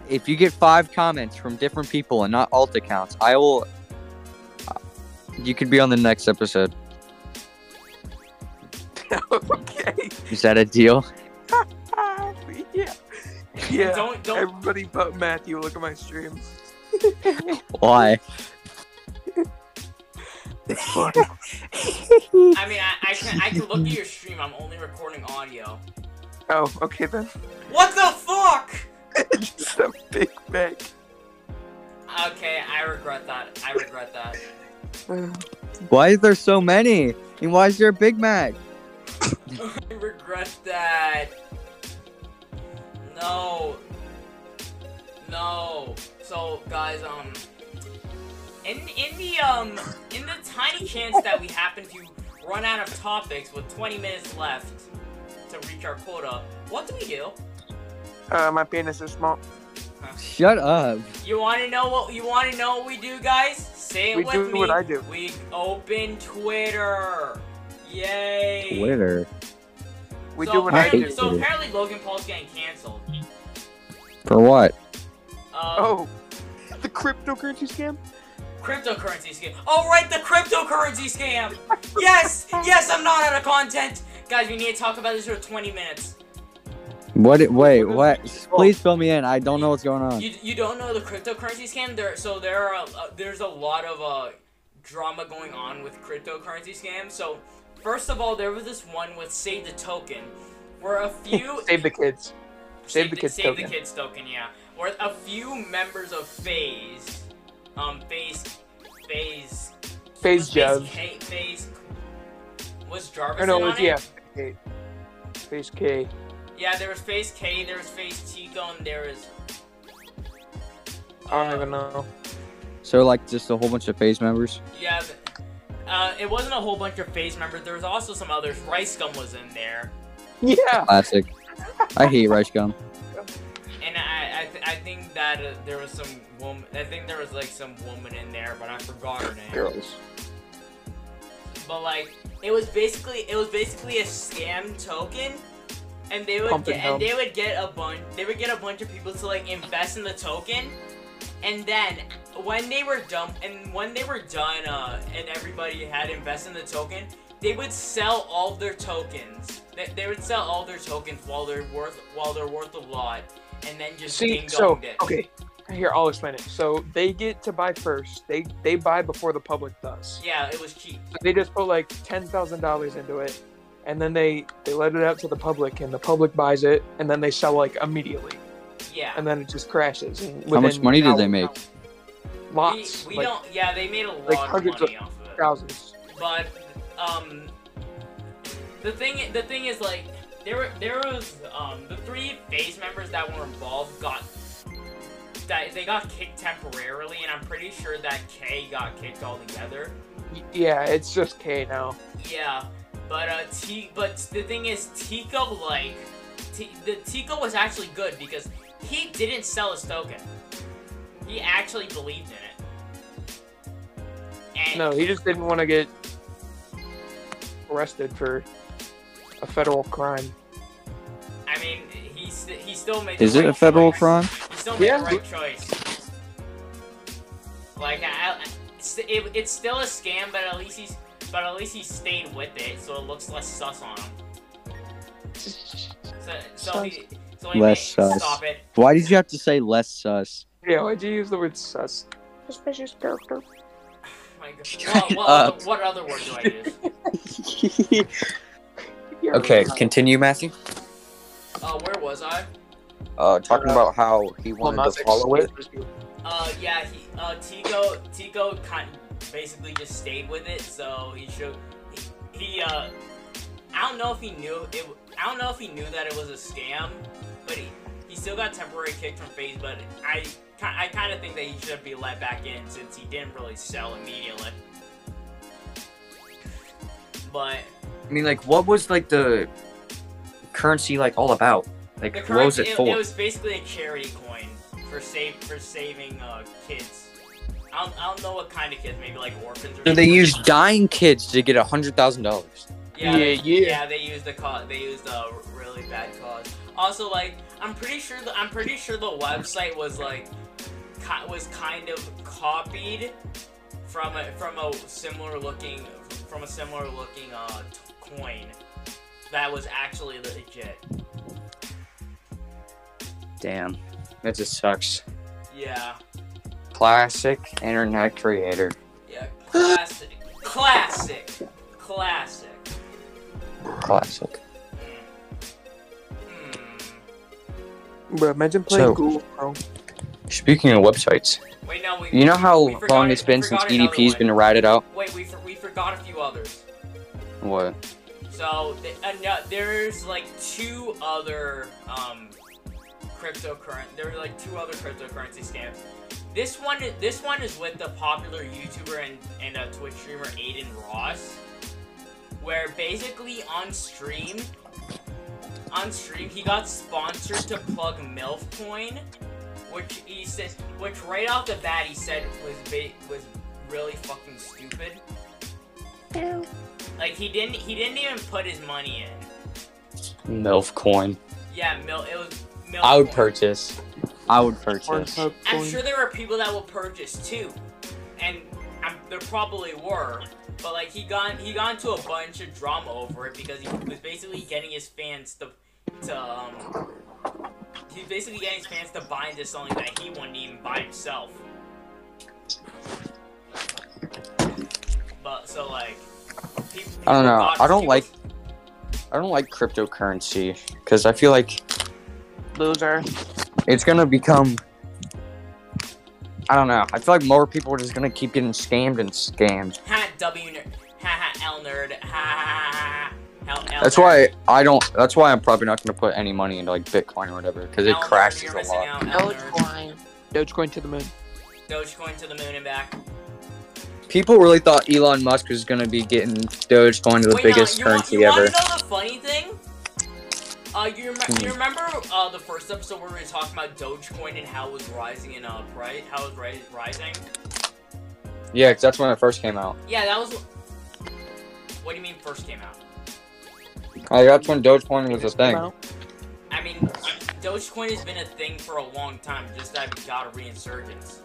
if you get five comments from different people and not alt accounts, I will. uh, You could be on the next episode.
okay.
Is that a deal?
Ah, yeah. Yeah.
don't don't
Everybody but Matthew, look at my stream.
Why?
the fuck?
I mean, I, I can I can look at your stream. I'm only recording audio.
oh, okay then.
What the fuck?
Just a Big Mac.
Okay, I regret that. I regret that.
Uh,
Why is there so many? And why is there a Big Mac?
I regret that. No. No. So guys, um in in the um in the tiny chance that we happen to run out of topics with 20 minutes left to reach our quota, what do we do?
uh, my penis is small.
Shut up.
You want to know what you want to know what we do, guys? Say it
We
with
do
me.
what I do.
We open Twitter. Yay.
Twitter.
We
so
do what
I
I
apparently-
do.
hate
So
Twitter.
apparently Logan Paul's getting canceled.
For what?
Uh,
Oh, the cryptocurrency scam?
Cryptocurrency scam. Oh, right, the cryptocurrency scam. Yes, yes, I'm not out of content. Guys, we need to talk about this for 20 minutes.
What? It, wait, what? Please fill me in. I don't know what's going on.
You, you don't know the cryptocurrency scam? There, so there are uh, there's a lot of uh, drama going on with cryptocurrency scams. So first of all, there was this one with Save the Token, where a few
Save the kids. Save the Kids
save
token.
the kids token, yeah. Where a few members of Phase, um, Phase, Phase,
Phase
was
Jav.
K- Phase was Jarvis
Or no,
in
it
on
was, yeah. K. Phase K.
Yeah, there was Phase K, there was Phase Tico, and there was.
I don't even know.
So like just a whole bunch of phase members.
Yeah. th- Uh, it wasn't a whole bunch of Phase members. There was also some others. Rice Gum was in there,
Yeah.
Classic. I hate rice gum.
and I I, th- I think that uh, there was some woman. I think there was like some woman in there, but I forgot her name.
Girls.
but like it was basically it was basically a scam token and they would
Pump and
get, and
dump.
they would get a bunch they would get a bunch of people to like invest in the token and then when they were done and when they were done uh, and everybody had invested in the token they would sell all their tokens they, they would sell all their tokens while they're worth while they're worth a lot and then just
See,
ding
so
donged it
okay, here I'll explain it. So they get to buy first. They they buy before the public does.
yeah it was cheap
So they just put like ten thousand dollars into it, and then they they let it out to the public, and the public buys it, and then they sell like immediately,
yeah
and then it just crashes. And
How much
within
money did they
hours-
make?
we,
Lots,
we
like
don't yeah they made a lot of
hundreds of
money off of it
thousands.
but um the thing the thing is like there were there was um the three phase members that were involved got that they got kicked temporarily and I'm pretty sure that K got kicked altogether.
Y- Yeah, it's just K now.
Yeah. But uh T but the thing is Tico like T- the Tico was actually good because he didn't sell his token. He actually believed in it. And
No, he just didn't want to get arrested for a federal crime.
I mean he st- he still made the
Is it a
right
federal
choice.
crime?
You still made
Yeah.
the right choice. Like I, I- it's, it, it's still a scam, but at least he's but at least he stayed with it, so it looks less sus on him. So so he, so he
Less
made-
sus.
Stop it. Oh
Why did you have to say less sus?
Yeah, why'd you use the word sus? Suspicious character.
My God. Well, what,
Up.
other, what other word do I use?
Yeah,
Okay,
right.
continue, Matthew.
Uh, where was I?
Uh, talking
Uh,
about how he
Well,
wanted
not
to follow it.
Uh, yeah, he uh Tico Tico kind basically just stayed with it, so he should he, he uh I don't know if he knew it. I don't know if he knew that it was a scam, but he, he still got temporary kicked from phase. But I ki- I kind of think that he should be let back in since he didn't really sell immediately. But
I mean, like, what was like the currency like all about? Like,
the
what was
currency
it
it,
for?
it was basically a charity coin for save for saving uh kids. I don't, I don't know what kind of kids, maybe like orphans or
so they
something.
used dying kids to get a hundred thousand dollars.
Yeah, they-
Yeah, yeah.
They used the cause. They used a really bad cause. Also, like, I'm pretty sure the I'm pretty sure the website was like, ki- was kind of copied from a from a similar looking from a similar looking uh t- coin that was actually legit.
Damn, that just sucks.
Yeah,
Classic internet creator.
yeah. Classic, Classic. Classic.
Classic.
Hmm.
Bro, imagine playing
So-
Google Chrome.
Speaking of websites,
Wait, no, we.
You know how
we forgot
long
it-
it's been
we
since
E
forgot another
EDP's
one.
been ratted out?
Wait, we, for, we forgot a few others.
What?
So th- and, uh, there's like two other um, cryptocurrency. There were like two other cryptocurrency scams. This one, i- this one is with the popular YouTuber and and uh, Twitch streamer Aiden Ross, where basically on stream, on stream he got sponsored to plug MILF Coin, which he says, which right off the bat he said was ba- was really fucking stupid. Like he didn't he didn't even put his money in.
MILF coin.
Yeah, mil- it was milk.
I would
coin.
purchase.
I would
Or
purchase.
Hub
I'm
Coin.
sure there were people that will purchase too, and i there probably were. But like he got he got into a bunch of drama over it because he was basically getting his fans to to um he's basically getting his fans to buy into something that he wouldn't even buy himself. But so like peop-
I
people
don't know.
got-
I don't
people-
like. I don't like cryptocurrency because I feel like
Loser.
it's gonna become. I don't know. I feel like more people are just gonna keep getting scammed and scammed.
Ha W nerd. Ha ha L nerd. Ha ha ha, ha ha. L- L
That's
nerd.
why I don't. That's why I'm probably not gonna put any money into like Bitcoin or whatever because it
L nerd,
crashes
you're
a
missing
lot.
out, L nerd.
Dogecoin to the moon.
Dogecoin to the moon and back.
People really thought Elon Musk was gonna be getting Dogecoin to the
Wait, no,
biggest
you
currency
want, you
ever.
Want to know the funny thing? Uh, you, rem-
Hmm.
you remember uh, the first episode where we were talking about Dogecoin and how it was rising and uh, price, how it was ri- rising?
Yeah, because that's when it first came out.
Yeah, that was. What do you mean first came out?
Like that's when Dogecoin was a thing.
Well,
I mean, Dogecoin has been a thing for a long time. Just that we got a reinsurgence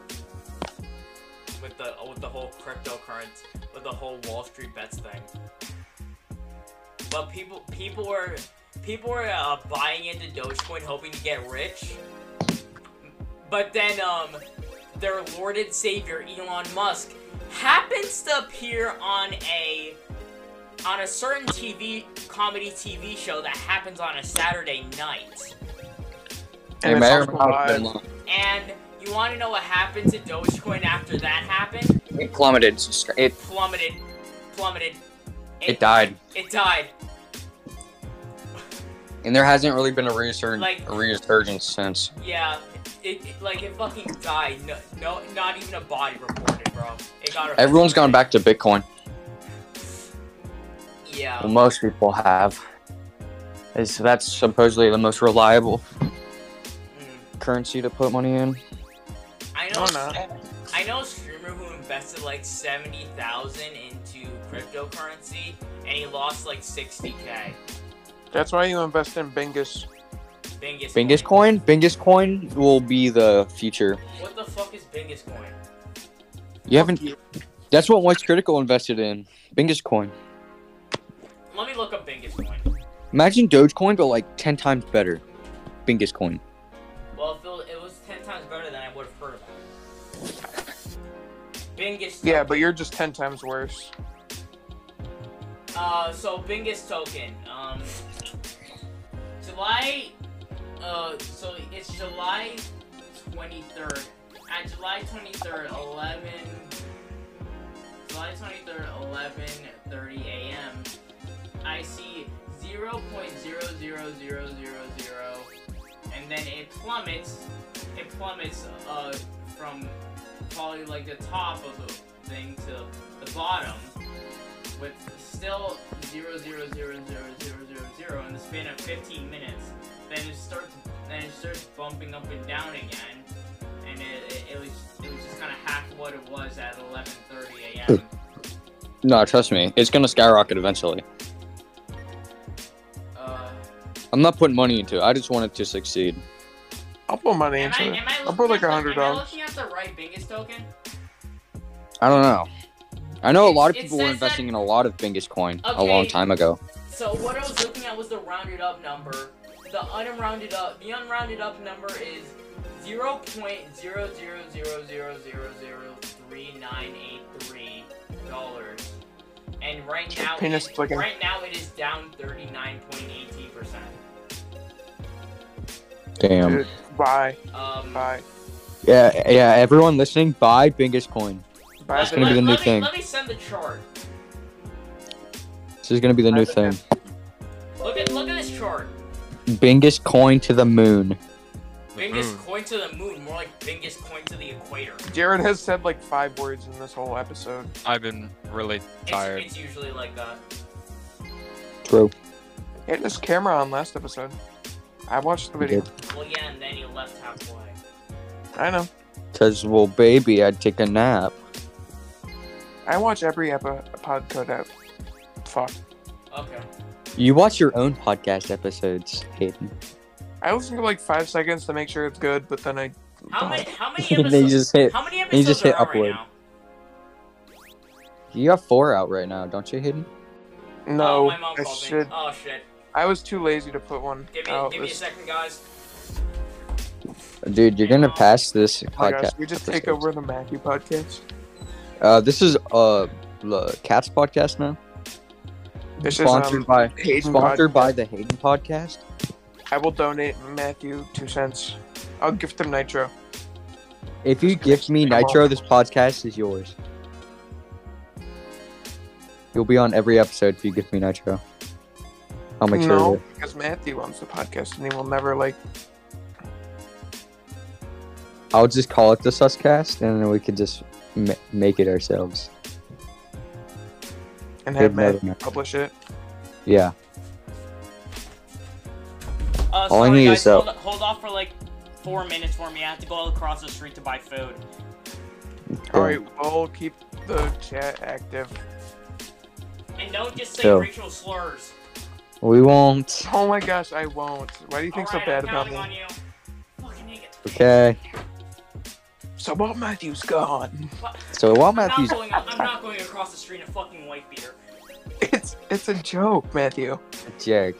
with the with the whole cryptocurrency, with the whole Wall Street bets thing. But people people were people were uh, buying into Dogecoin, hoping to get rich. But then um, their lorded savior Elon Musk happens to appear on a on a certain TV comedy TV show that happens on a Saturday night.
and
It
it's
may or
also
may not have
live.
been long.
And you want to know what happened to Dogecoin after that happened?
It plummeted. It
Plummeted, plummeted.
it died.
It died.
And there hasn't really been a resurg-
Like-
a resurgence since.
Yeah, it, it- like it fucking died. No, no, not even a body reported, bro. It got.
Everyone's gone back to Bitcoin. Well,
Yeah.
most people have. Is that's supposedly the most reliable
Mm.
currency to put money in?
I know.
No, no.
I know a streamer who invested like seventy thousand into cryptocurrency, and he lost like sixty k.
That's why you invest in Bingus.
Bingus.
Bingus coin. Bingus coin will be the future.
What the fuck is Bingus coin?
You haven't. That's what West Critical invested in. Bingus coin.
Let me look up Bingus coin.
Imagine Dogecoin, but like ten times better. Bingus coin.
Well, if it, it was ten times better than I would have heard about. it. Bingus.
Yeah,
token.
but you're just ten times worse.
Uh, so Bingus token. Um, July. Uh, so it's July 23rd. At July 23rd, 11. July 23rd, 11:30 a.m. I see 0.00000, and then it plummets. It plummets. Uh, from probably like the top of the thing to the bottom with still zero zero zero zero zero zero zero in the span of 15 minutes. Then it starts, then it starts bumping up and down again, and it, it, it was it was just kind of half what it was at 11:30 a.m.
No, trust me, it's gonna skyrocket eventually.
Uh,
I'm not putting money into it. I just want it to succeed.
I'll put money
am I,
into it.
am I
I'll
looking
put like
at
a hundred
the- am I
dollars.
looking at the right Bingus token?
I don't know. I know a lot of
It- it
people were
says
investing
that-
in a lot of Bingus coin a
Okay.
long time ago.
So what I was looking at was the rounded up number. The unrounded up, the unrounded up number is zero point zero zero zero zero zero zero three nine eight three dollars. and right now,
Penis
it,
flicking.
right now it is down 39.18 percent.
Damn.
Dude, bye,
Um,
bye,
Yeah, yeah. Everyone listening, buy Bingus Coin.
bye.
That's gonna be the new
let me,
thing.
Let me send the chart.
This is gonna be the new thing.
Look at look at this chart.
Bingus Coin to the moon.
Bingus
moon.
coin to the moon, more like Bingus coin to the equator.
Jared has said like five words in this whole episode.
I've been really tired.
It's, it's usually like that.
True.
He had his camera on last episode. I watched the video.
Well, yeah, and then you left halfway.
I know.
Cause well, baby, I'd take a nap.
I watch every epi- pod code out. Fuck.
Okay.
You watch your own podcast episodes, Hayden.
I listen to like five seconds to make sure it's good, but then I.
How many how many
And then you
episodes?
just hit.
How many
you
episodes
just
are
hit
out
upload.
right now?
You got four out right now, don't you, Hayden?
Oh,
No,
my mom
I
called
should.
me. Oh shit.
I was too lazy to put one
Give me
out.
give me a
It's-
second, guys.
Dude, you're gonna pass this
oh my gosh,
podcast.
we just take
episodes.
over the Mackie podcast.
Uh, this is uh, the Cats podcast now.
This is
Sponsored
um,
by
Hayden
sponsored
podcast.
by the Hayden podcast.
I will donate Matthew two cents. I'll gift him nitro.
If you gift me
Come on.
Nitro, this podcast is yours. You'll be on every episode if you gift me Nitro. I'll make sure.
no,
of it.
because Matthew owns the podcast and he will never like.
I'll just call it the Suscast, and then we could just ma- make it ourselves.
And have
Good night,
Matthew
Matthew.
publish it.
Yeah.
Uh,
All I
sorry,
need
guys,
is
hold, hold off for like four minutes for me. I have to go across the street to buy food.
All right, we'll keep the chat active.
And don't just say
Chill.
racial slurs.
We won't.
Oh my gosh, I won't. Why do you think so
Alright,
bad
I'm
about
counting
me?
on you. Fucking idiot.
Okay.
So while Matthew's gone,
So while
I'm not,
Matthew's
going, I'm not going across the street in a fucking white beater.
it's it's a joke, Matthew.
Jack,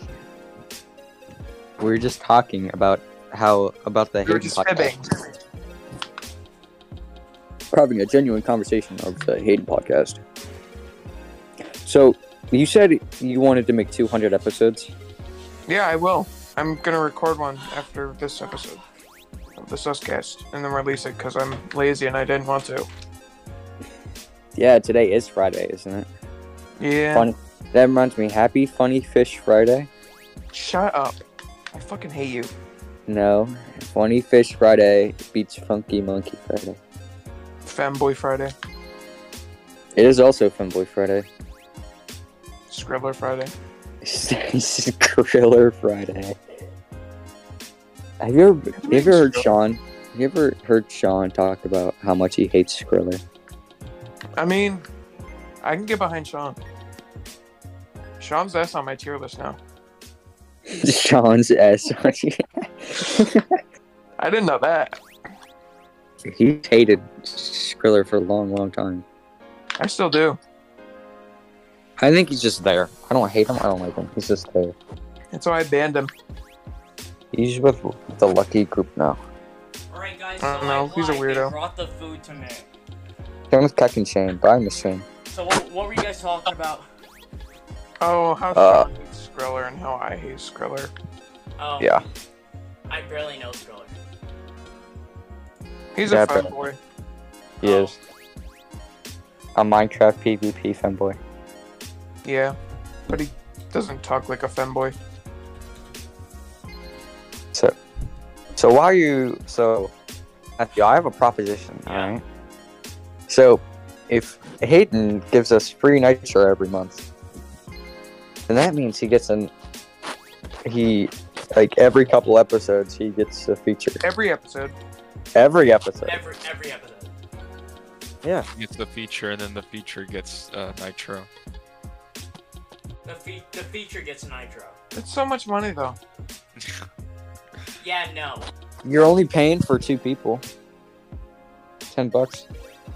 we were just talking about how about the
We were
Hayden
just
podcast.
fibbing.
We're having a genuine conversation of the Hayden podcast. So you said you wanted to make 200 episodes.
Yeah, I will. I'm gonna record one after this episode of the Suscast and then release it because I'm lazy and I didn't want to.
Yeah, today is Friday, isn't it?
Yeah.
Funny. That reminds me, Happy Funny Fish Friday.
Shut up. I fucking hate you.
No, Funny Fish Friday beats Funky Monkey Friday.
Femboy Friday.
It is also Femboy Friday.
Scribbler Friday.
It's Griller Friday. Have you ever, have you ever heard Sean? Have you ever heard Sean talk about how much he hates Skriller?
I mean, I can get behind Sean. Sean's S on my tier list now.
Sean's ass.
I didn't know that.
he hated Skriller for a long, long time.
I still do.
I think he's just there. I don't hate him. I don't like him. He's just there.
And so I banned him.
He's with the lucky group now.
Alright, guys, so
I don't know,
I
he's a
lied. They
weirdo.
brought the food to me.
Him with Keck and Shane, but I miss Shane.
So what, what were you guys talking about?
Oh, how
Uh.
Sean hates Skriller and how I hate Skriller.
Oh,
Yeah.
I barely know Skriller.
He's
Yeah,
a
but-
fun boy.
He is a Minecraft PvP fanboy.
Yeah. But he doesn't talk like a femboy.
So, so why are you so? Matthew, I have a proposition. All right. So, if Hayden gives us free nitro every month, then that means he gets an he like every couple episodes he gets a feature
Every episode.
every episode.
Every, every episode.
It's the feature, and then the feature gets uh, Nitro.
The, fe- the feature gets Nitro.
It's so much money, though.
Yeah, no.
You're only paying for two people. Ten bucks.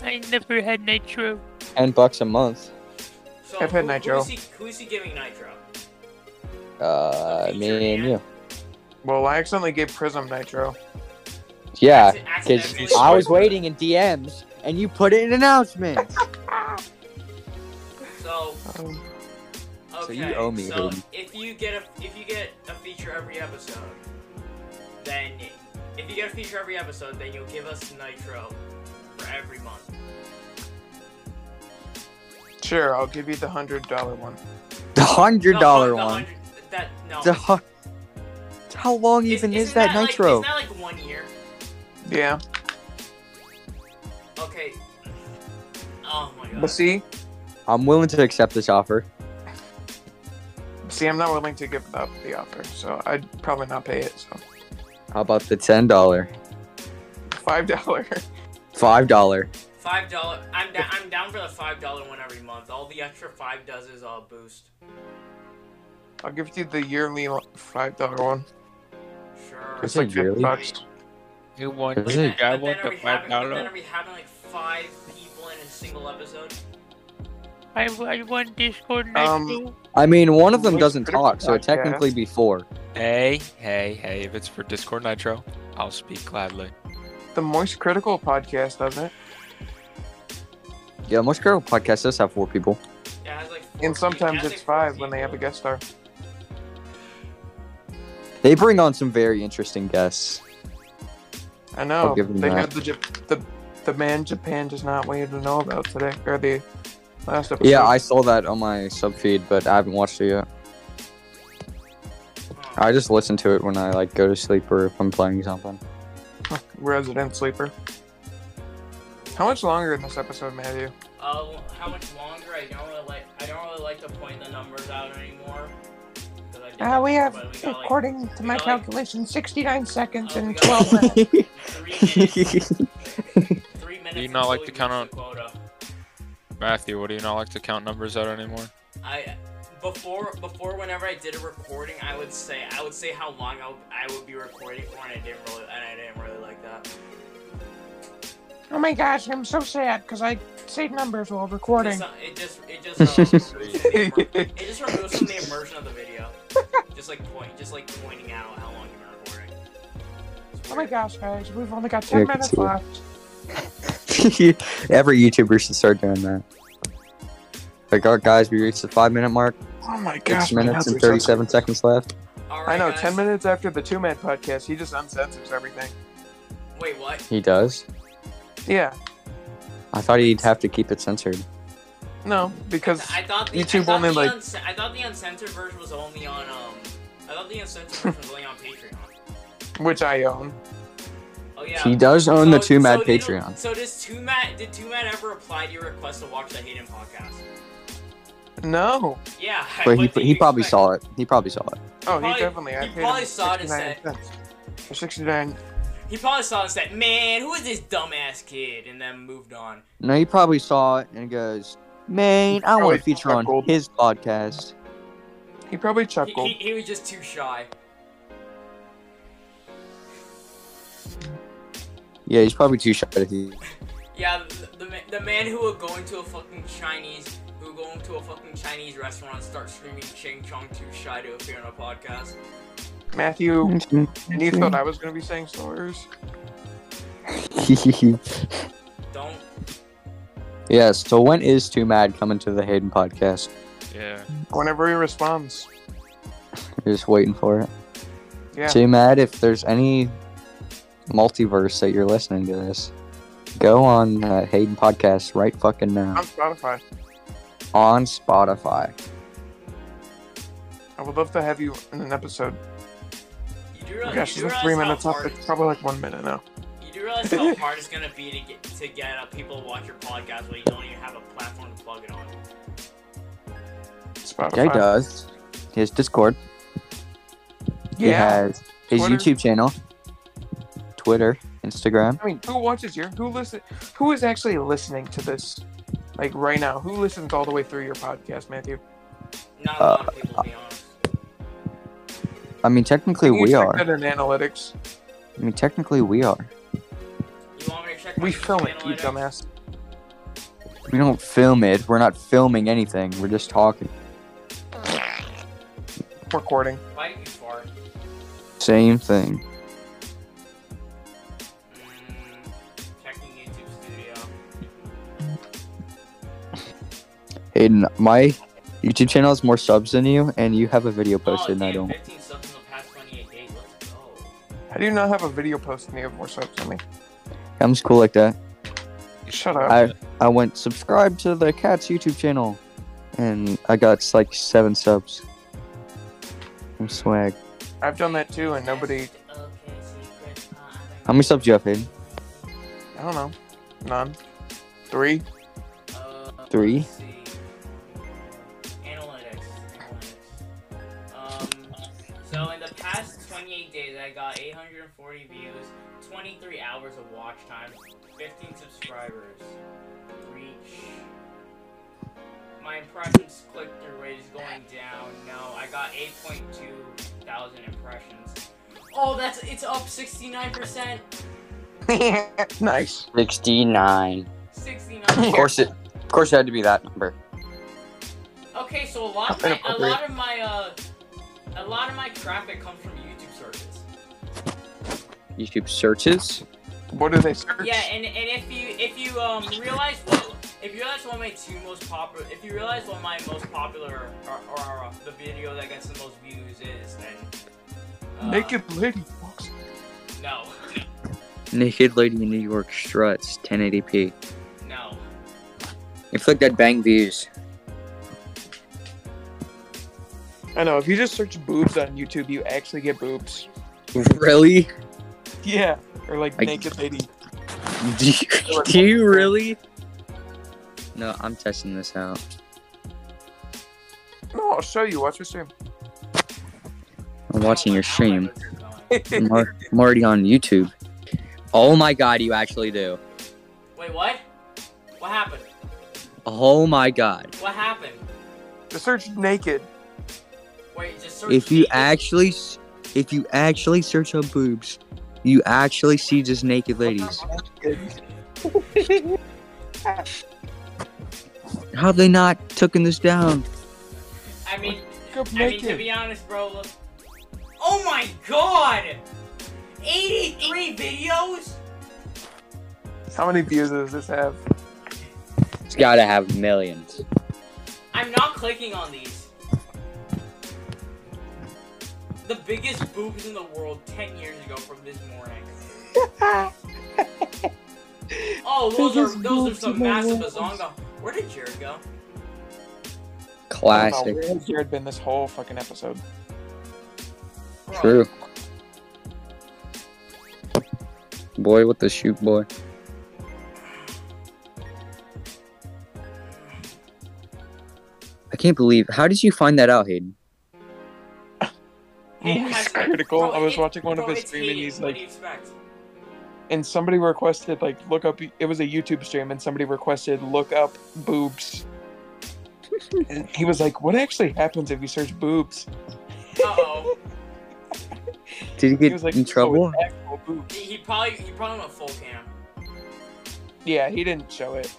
I never had nitro.
Ten bucks a month.
So
I've had
who-
Nitro.
Who is, he, who is he giving Nitro?
Uh, me and you.
Well, I accidentally gave Prism Nitro.
Yeah,
Acci-
because
accidentally-
I was waiting
Ah.
in DMs and you put it in announcements.
So
Oh,
So you owe me,
so
Hayden.
if you get a if you get a feature every episode, then if you get a feature every episode, then you'll give us Nitro for every month.
Sure, I'll give you the hundred dollar one.
The hundred
No,
dollar
the
one.
hundred- That no.
The hu- How long
Is-
even
isn't
is that,
like-
nitro?
Isn't that like one year?
Yeah,
Okay. Oh my god.
but see,
I'm willing to accept this offer.
see, I'm not willing to give up the offer, so I'd probably not pay it. So
How about the ten dollar,
five dollar.
five dollar?
Five dollar. I'm da- I'm down for the five dollar one every month. All the extra five does is all boost.
I'll give you the yearly lo- five dollar one.
Sure.
Is
It's
it
like fifty
really?
bucks.
Who won?
Is
then-
it-
but
Guy
then
won
are
the
we
five
having- but Then
dollar.
are we having like five people in a single episode?
I, I want Discord Nitro.
Um,
I mean, one of them
Like
doesn't
critical
talk, so
podcast.
it'd technically be four.
Hey, hey, hey! If it's for Discord Nitro, I'll speak gladly.
The Moist Critical podcast, doesn't it?
Yeah, most girl podcasts does have four people.
It has like. Four
And sometimes
it has,
it's
like, four
five when they have a
people.
guest star.
They bring on some very interesting guests.
I know.
I'll give 'em
They
that.
had the, Jap- the the man Japan does not want you to know about today or the last episode.
Yeah, I saw that on my sub feed, but I haven't watched it yet.
Huh. Uh,
I just listen to it when I like go to sleep or if I'm playing something.
resident sleeper. How much longer in this episode, Matthew?
Uh, how much longer? I don't really like. I don't really like to point the numbers out anymore. 'cause I did
Uh,
that before, but got, like,
to
my we got, like-
calculation, 69 seconds
Oh, and we got, 12 like- three minutes. Three minutes.
Do you not
until
like
we
to count
reach the quota.
Matthew, what do you not like to count numbers out anymore?
I before before whenever I did a recording, I would say I would say how long I would, I would be recording for, and I didn't really and I didn't really like that.
oh my gosh, I'm so sad because I saved numbers while
It's
recording.
not- It just it just uh, removes the immer- it just removes from the immersion of the video. Just like point, just like pointing out how long you've been recording. It's
Oh my
weird.
gosh, guys, we've only got
Yeah,
10
I can
minutes
see it.
left.
Every YouTuber should start doing that. Like, all right, guys, we reached the five minute mark.
Oh my
Six
gosh, my nuts
minutes and
are so-
37 seconds left.
All right,
I know,
guys.
10 minutes after the Two Man podcast, he just uncensors everything.
Wait, what?
He does.
Yeah,
I thought he'd have to keep it censored.
no, because
I thought the, I
YouTube
thought
only,
the
like-
unce- I thought the uncensored version was only on um. I thought the uncensored version was only on Patreon.
which I own.
Oh yeah.
He does own the
So-
Two Mad
so did-
Patreon.
so does Two Mad? Did Two Mad ever apply to your request to watch the Hayden podcast?
No.
Yeah.
But he,
what do
he
you
probably
expect?
saw it. He probably saw it.
Oh,
Probably-
he definitely. I
he
paid
probably
him
saw it and
69 cents. For 69.
He probably saw it and said, "Man, who is this dumbass kid?" And then moved on.
No, he probably saw it and goes, "Man, I want
Probably
to feature on
chuckled.
his podcast."
He probably
He,
chuckled.
he, he was just too shy.
Yeah, he's probably too shy to do.
Yeah, the, the, ma- the man who would go into a fucking Chinese, who would go into a fucking Chinese restaurant and start screaming "Ching Chong," too shy to appear on a podcast.
Matthew, and you thought I was going to be saying slurs?
Don't.
yeah. So when is Too Mad coming to the Hayden podcast?
Yeah.
Whenever he responds.
You're just waiting for it.
Yeah.
Too Mad, if there's any multiverse that you're listening to this, go on that Hayden podcast right fucking now
On Spotify.
on Spotify.
I would love to have you in an episode.
You do realize,
Gosh,
you
is
do realize
it three
how
minutes up?
hard
It's probably like one minute now.
You do realize how hard it's gonna be to get to get uh, people to watch your podcast when you don't even have a platform to plug it on.
Spotify.
Yeah, he does. He has Discord. He
Yeah.
has his
Twitter.
YouTube channel, Twitter, Instagram.
I mean, who watches your? Who listen? Who is actually listening to this? Like right now, who listens all the way through your podcast, Matthew?
Not a
Uh,
lot of people, to be honest.
I mean, technically
Can you
we
check
are.
That in analytics,
I mean, technically we are.
You want me to check? my
we film it,
channel
you
later?
dumbass.
We don't film it. We're not filming anything. We're just talking.
Recording.
Why did you fart?
Same thing.
Mm, checking YouTube Studio.
Hayden, my YouTube channel has more subs than you, and you have a video
oh,
posted, and I
damn,
don't.
15 subs in the past 28 days. Let's go.
How do you not have a video post and you have more subs than me?
I'm just cool like that.
Shut up.
I I went subscribe to the cat's YouTube channel, and I got like seven subs. I'm swag.
I've done that too, and nobody.
uh,
How many subs do you have, Hayden?
I don't know. None. Three.
Uh,
Three.
let's see. Analytics. Analytics. Um, so in the past 28 days, I got 840 views, 23 hours of watch time, 15 subscribers. Reach. My impressions click through rate is going down. No, I got 8.2 thousand impressions. Oh, that's it's up 69%.
nice.
69.
69.
Of course it. Of course it had to be that number.
Okay, so a lot of my, a lot of my uh, a lot of my traffic comes from YouTube searches.
YouTube searches.
What do they search?
Yeah, and, and if you if you um realize what if you realize what my two most popular if you realize what my most popular or, or, uh, the video that gets the most views is then uh,
Naked lady walks.
no
Naked lady in New York struts 1080p.
no
Inflicted bang views.
I know. If you just search boobs on YouTube, you actually get boobs.
Really?
Yeah. Or like
I-
naked lady.
Do you, do you really? No, I'm testing this out.
No, I'll show you. Watch your stream.
I'm watching your stream.
Wait,
I'm, al- I'm already on YouTube. Oh my god, you actually do.
what? What happened?
Oh my god.
What happened?
Just search naked.
Wait, just search.
If you
naked-
actually, s- if you actually search up boobs, you actually see just naked ladies. How have they not taken this down?
I mean,
Look up
I mean, to
naked.
be honest, bro. Look. Oh my god! 83 videos?
How many views does this have?
It's gotta have millions.
I'm not clicking on these. The biggest boobs in the world 10 years ago from this morning. oh, those are those are some massive bazonga. Where did Jared go?
I don't know.
Classic.
Where has Jared been this whole fucking episode?
Bro,
True. Boy with the shoot, boy. I can't believe. How did you find that out, Hayden?
It has-
It's critical.
bro,
I was
it-
watching one
bro,
of his
it's
stream and
hated.
he's
What do
like,
you expect?
and somebody requested like look up. It was a YouTube stream and somebody requested look up boobs. and he was like, "What actually happens if you search boobs?"
Uh oh.
Did he
He
get
was like,
in
"Oh,
trouble?
it's actual boobs."
he probably he probably went full cam.
Yeah, he didn't show it,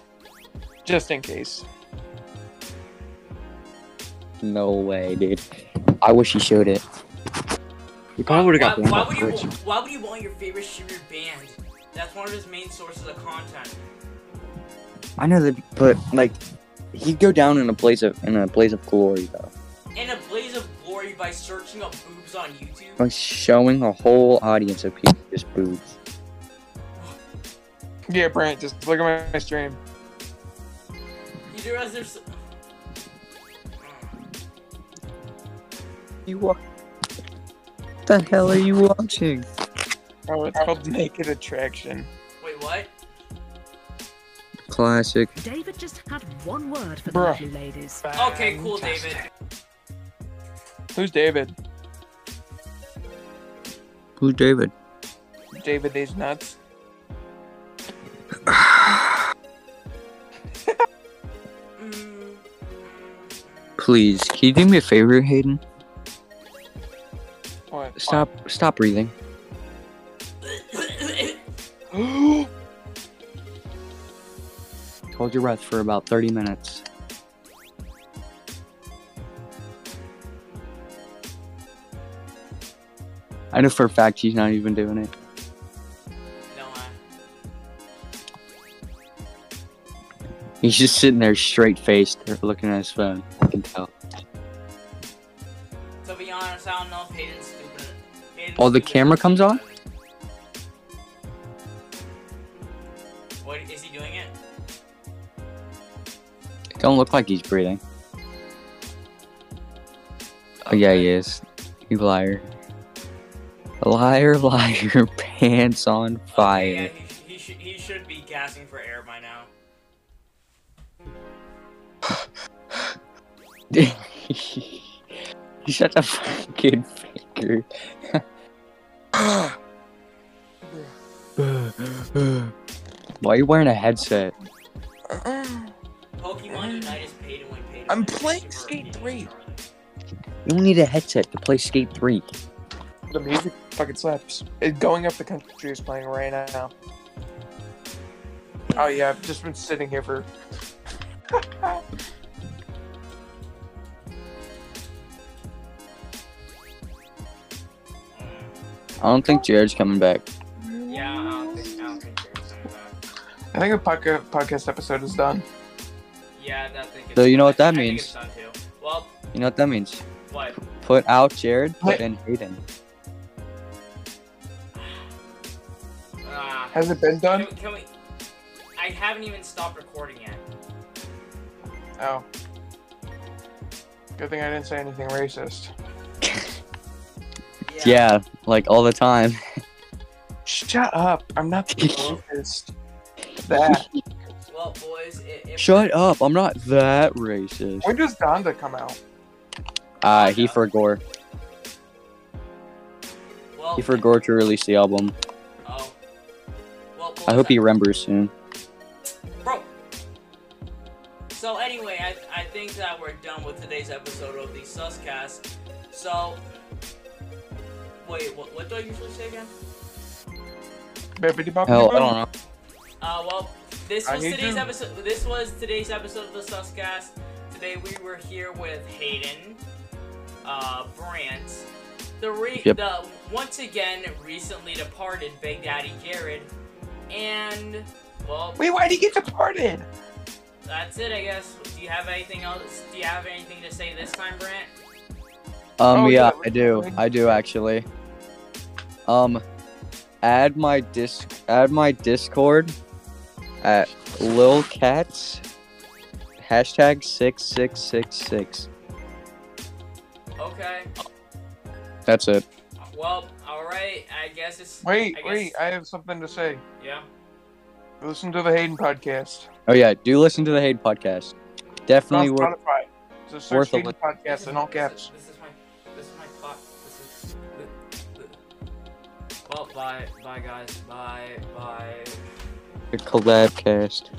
just in case.
No way, dude. I wish he showed it. He probably would
Why, why would you? Why would you want your favorite shooter banned? That's one of his main sources of content.
I know that, but like, he'd go down in a place of in a blaze of glory though,
In a blaze of glory by searching up boobs on YouTube.
by showing a whole audience of people just boobs.
Yeah, Brent, just look at my, my stream.
You do realize there's. Hmm,
You are. What the hell are you watching?
Oh, it's called Naked Attraction.
Wait, what?
Classic.
David just had one word for the
Bruh.
lovely ladies.
Okay, cool, David.
Who's David?
Who's David?
David, these nuts.
Mm,
Please, can you do me a favor, Hayden?
What?
Stop, stop breathing. Hold your breath for about 30 minutes. I know for a fact he's not even doing it.
no, I.
He's just sitting there straight faced, looking at his phone. I can tell.
To be honest, I don't know if Hayden's stupid. Hayden's
Oh, the
stupid.
camera comes on?
What is he doing it?
It don't look like he's breathing. Oh yeah, he is. You liar. Liar, liar, pants on
Yeah,
fire.
he, he, should, he should be gasping for air by now.
He's such a fucking faker. Why are you wearing a headset?
Pokemon Unite is paid to win. Paid to
I'm
win.
playing
Super
Skate
Pokemon
three.
Scarlet.
You don't need a headset to play Skate 3.
The music fucking slaps. It, going up the country is playing right now. Oh yeah, I've just been sitting here for.
I don't think Jared's coming back.
Yeah, um, I don't think, I don't think there's something about-
I think a podca- podcast episode is done.
Yeah, I think it's
So you know what that
I think
means.
it's done too. Well,
You know what that means?
what?
Put out Jared, put
Wait.
in Hayden.
Ah.
Has it been done?
Can, we- can we? I haven't even stopped recording yet.
Oh. Good thing I didn't say anything racist.
Yeah, like all the time.
Shut up! I'm not the racist. That.
Well, boys, it, it
Shut up, I'm not that racist.
When does Donda come out?
Uh, he for Gore.
Well,
He for Gore to release the album.
Oh. Well, boys,
I hope he remembers soon.
Bro. So anyway, I, I think that we're done with today's episode of the Suscast. So. Wait, what, what do I usually say again?
Bibbidi bobbidi
Hell, I
boo.
don't know.
Uh, well, this
I
was
need
today's
to-
episode. This was today's episode of the Suscast. Today we were here with Hayden, uh, Brant, the re-
Yep.
the once again recently departed Big Daddy Jared, and well,
Wait, why'd he get deported?
that's it, I guess. Do you have anything else? Do you have anything to say this time, Brant?
Um,
Oh,
yeah,
yeah,
I do. I do actually. Um, add my disc, add my Discord at Lil Cats hashtag six six six six.
Okay.
That's it.
Well, all right. I guess it's
Wait,
I guess-
wait, I have something to say.
yeah.
Listen to the Hayden podcast.
Oh yeah, do listen to the Hate podcast.
It's on
Definitely worth.
Spotify. So search
worth a
Hayden podcast in all caps.
This is my this is my clock. This is the, the. Well, bye, bye, guys, bye, bye.
The collab cast.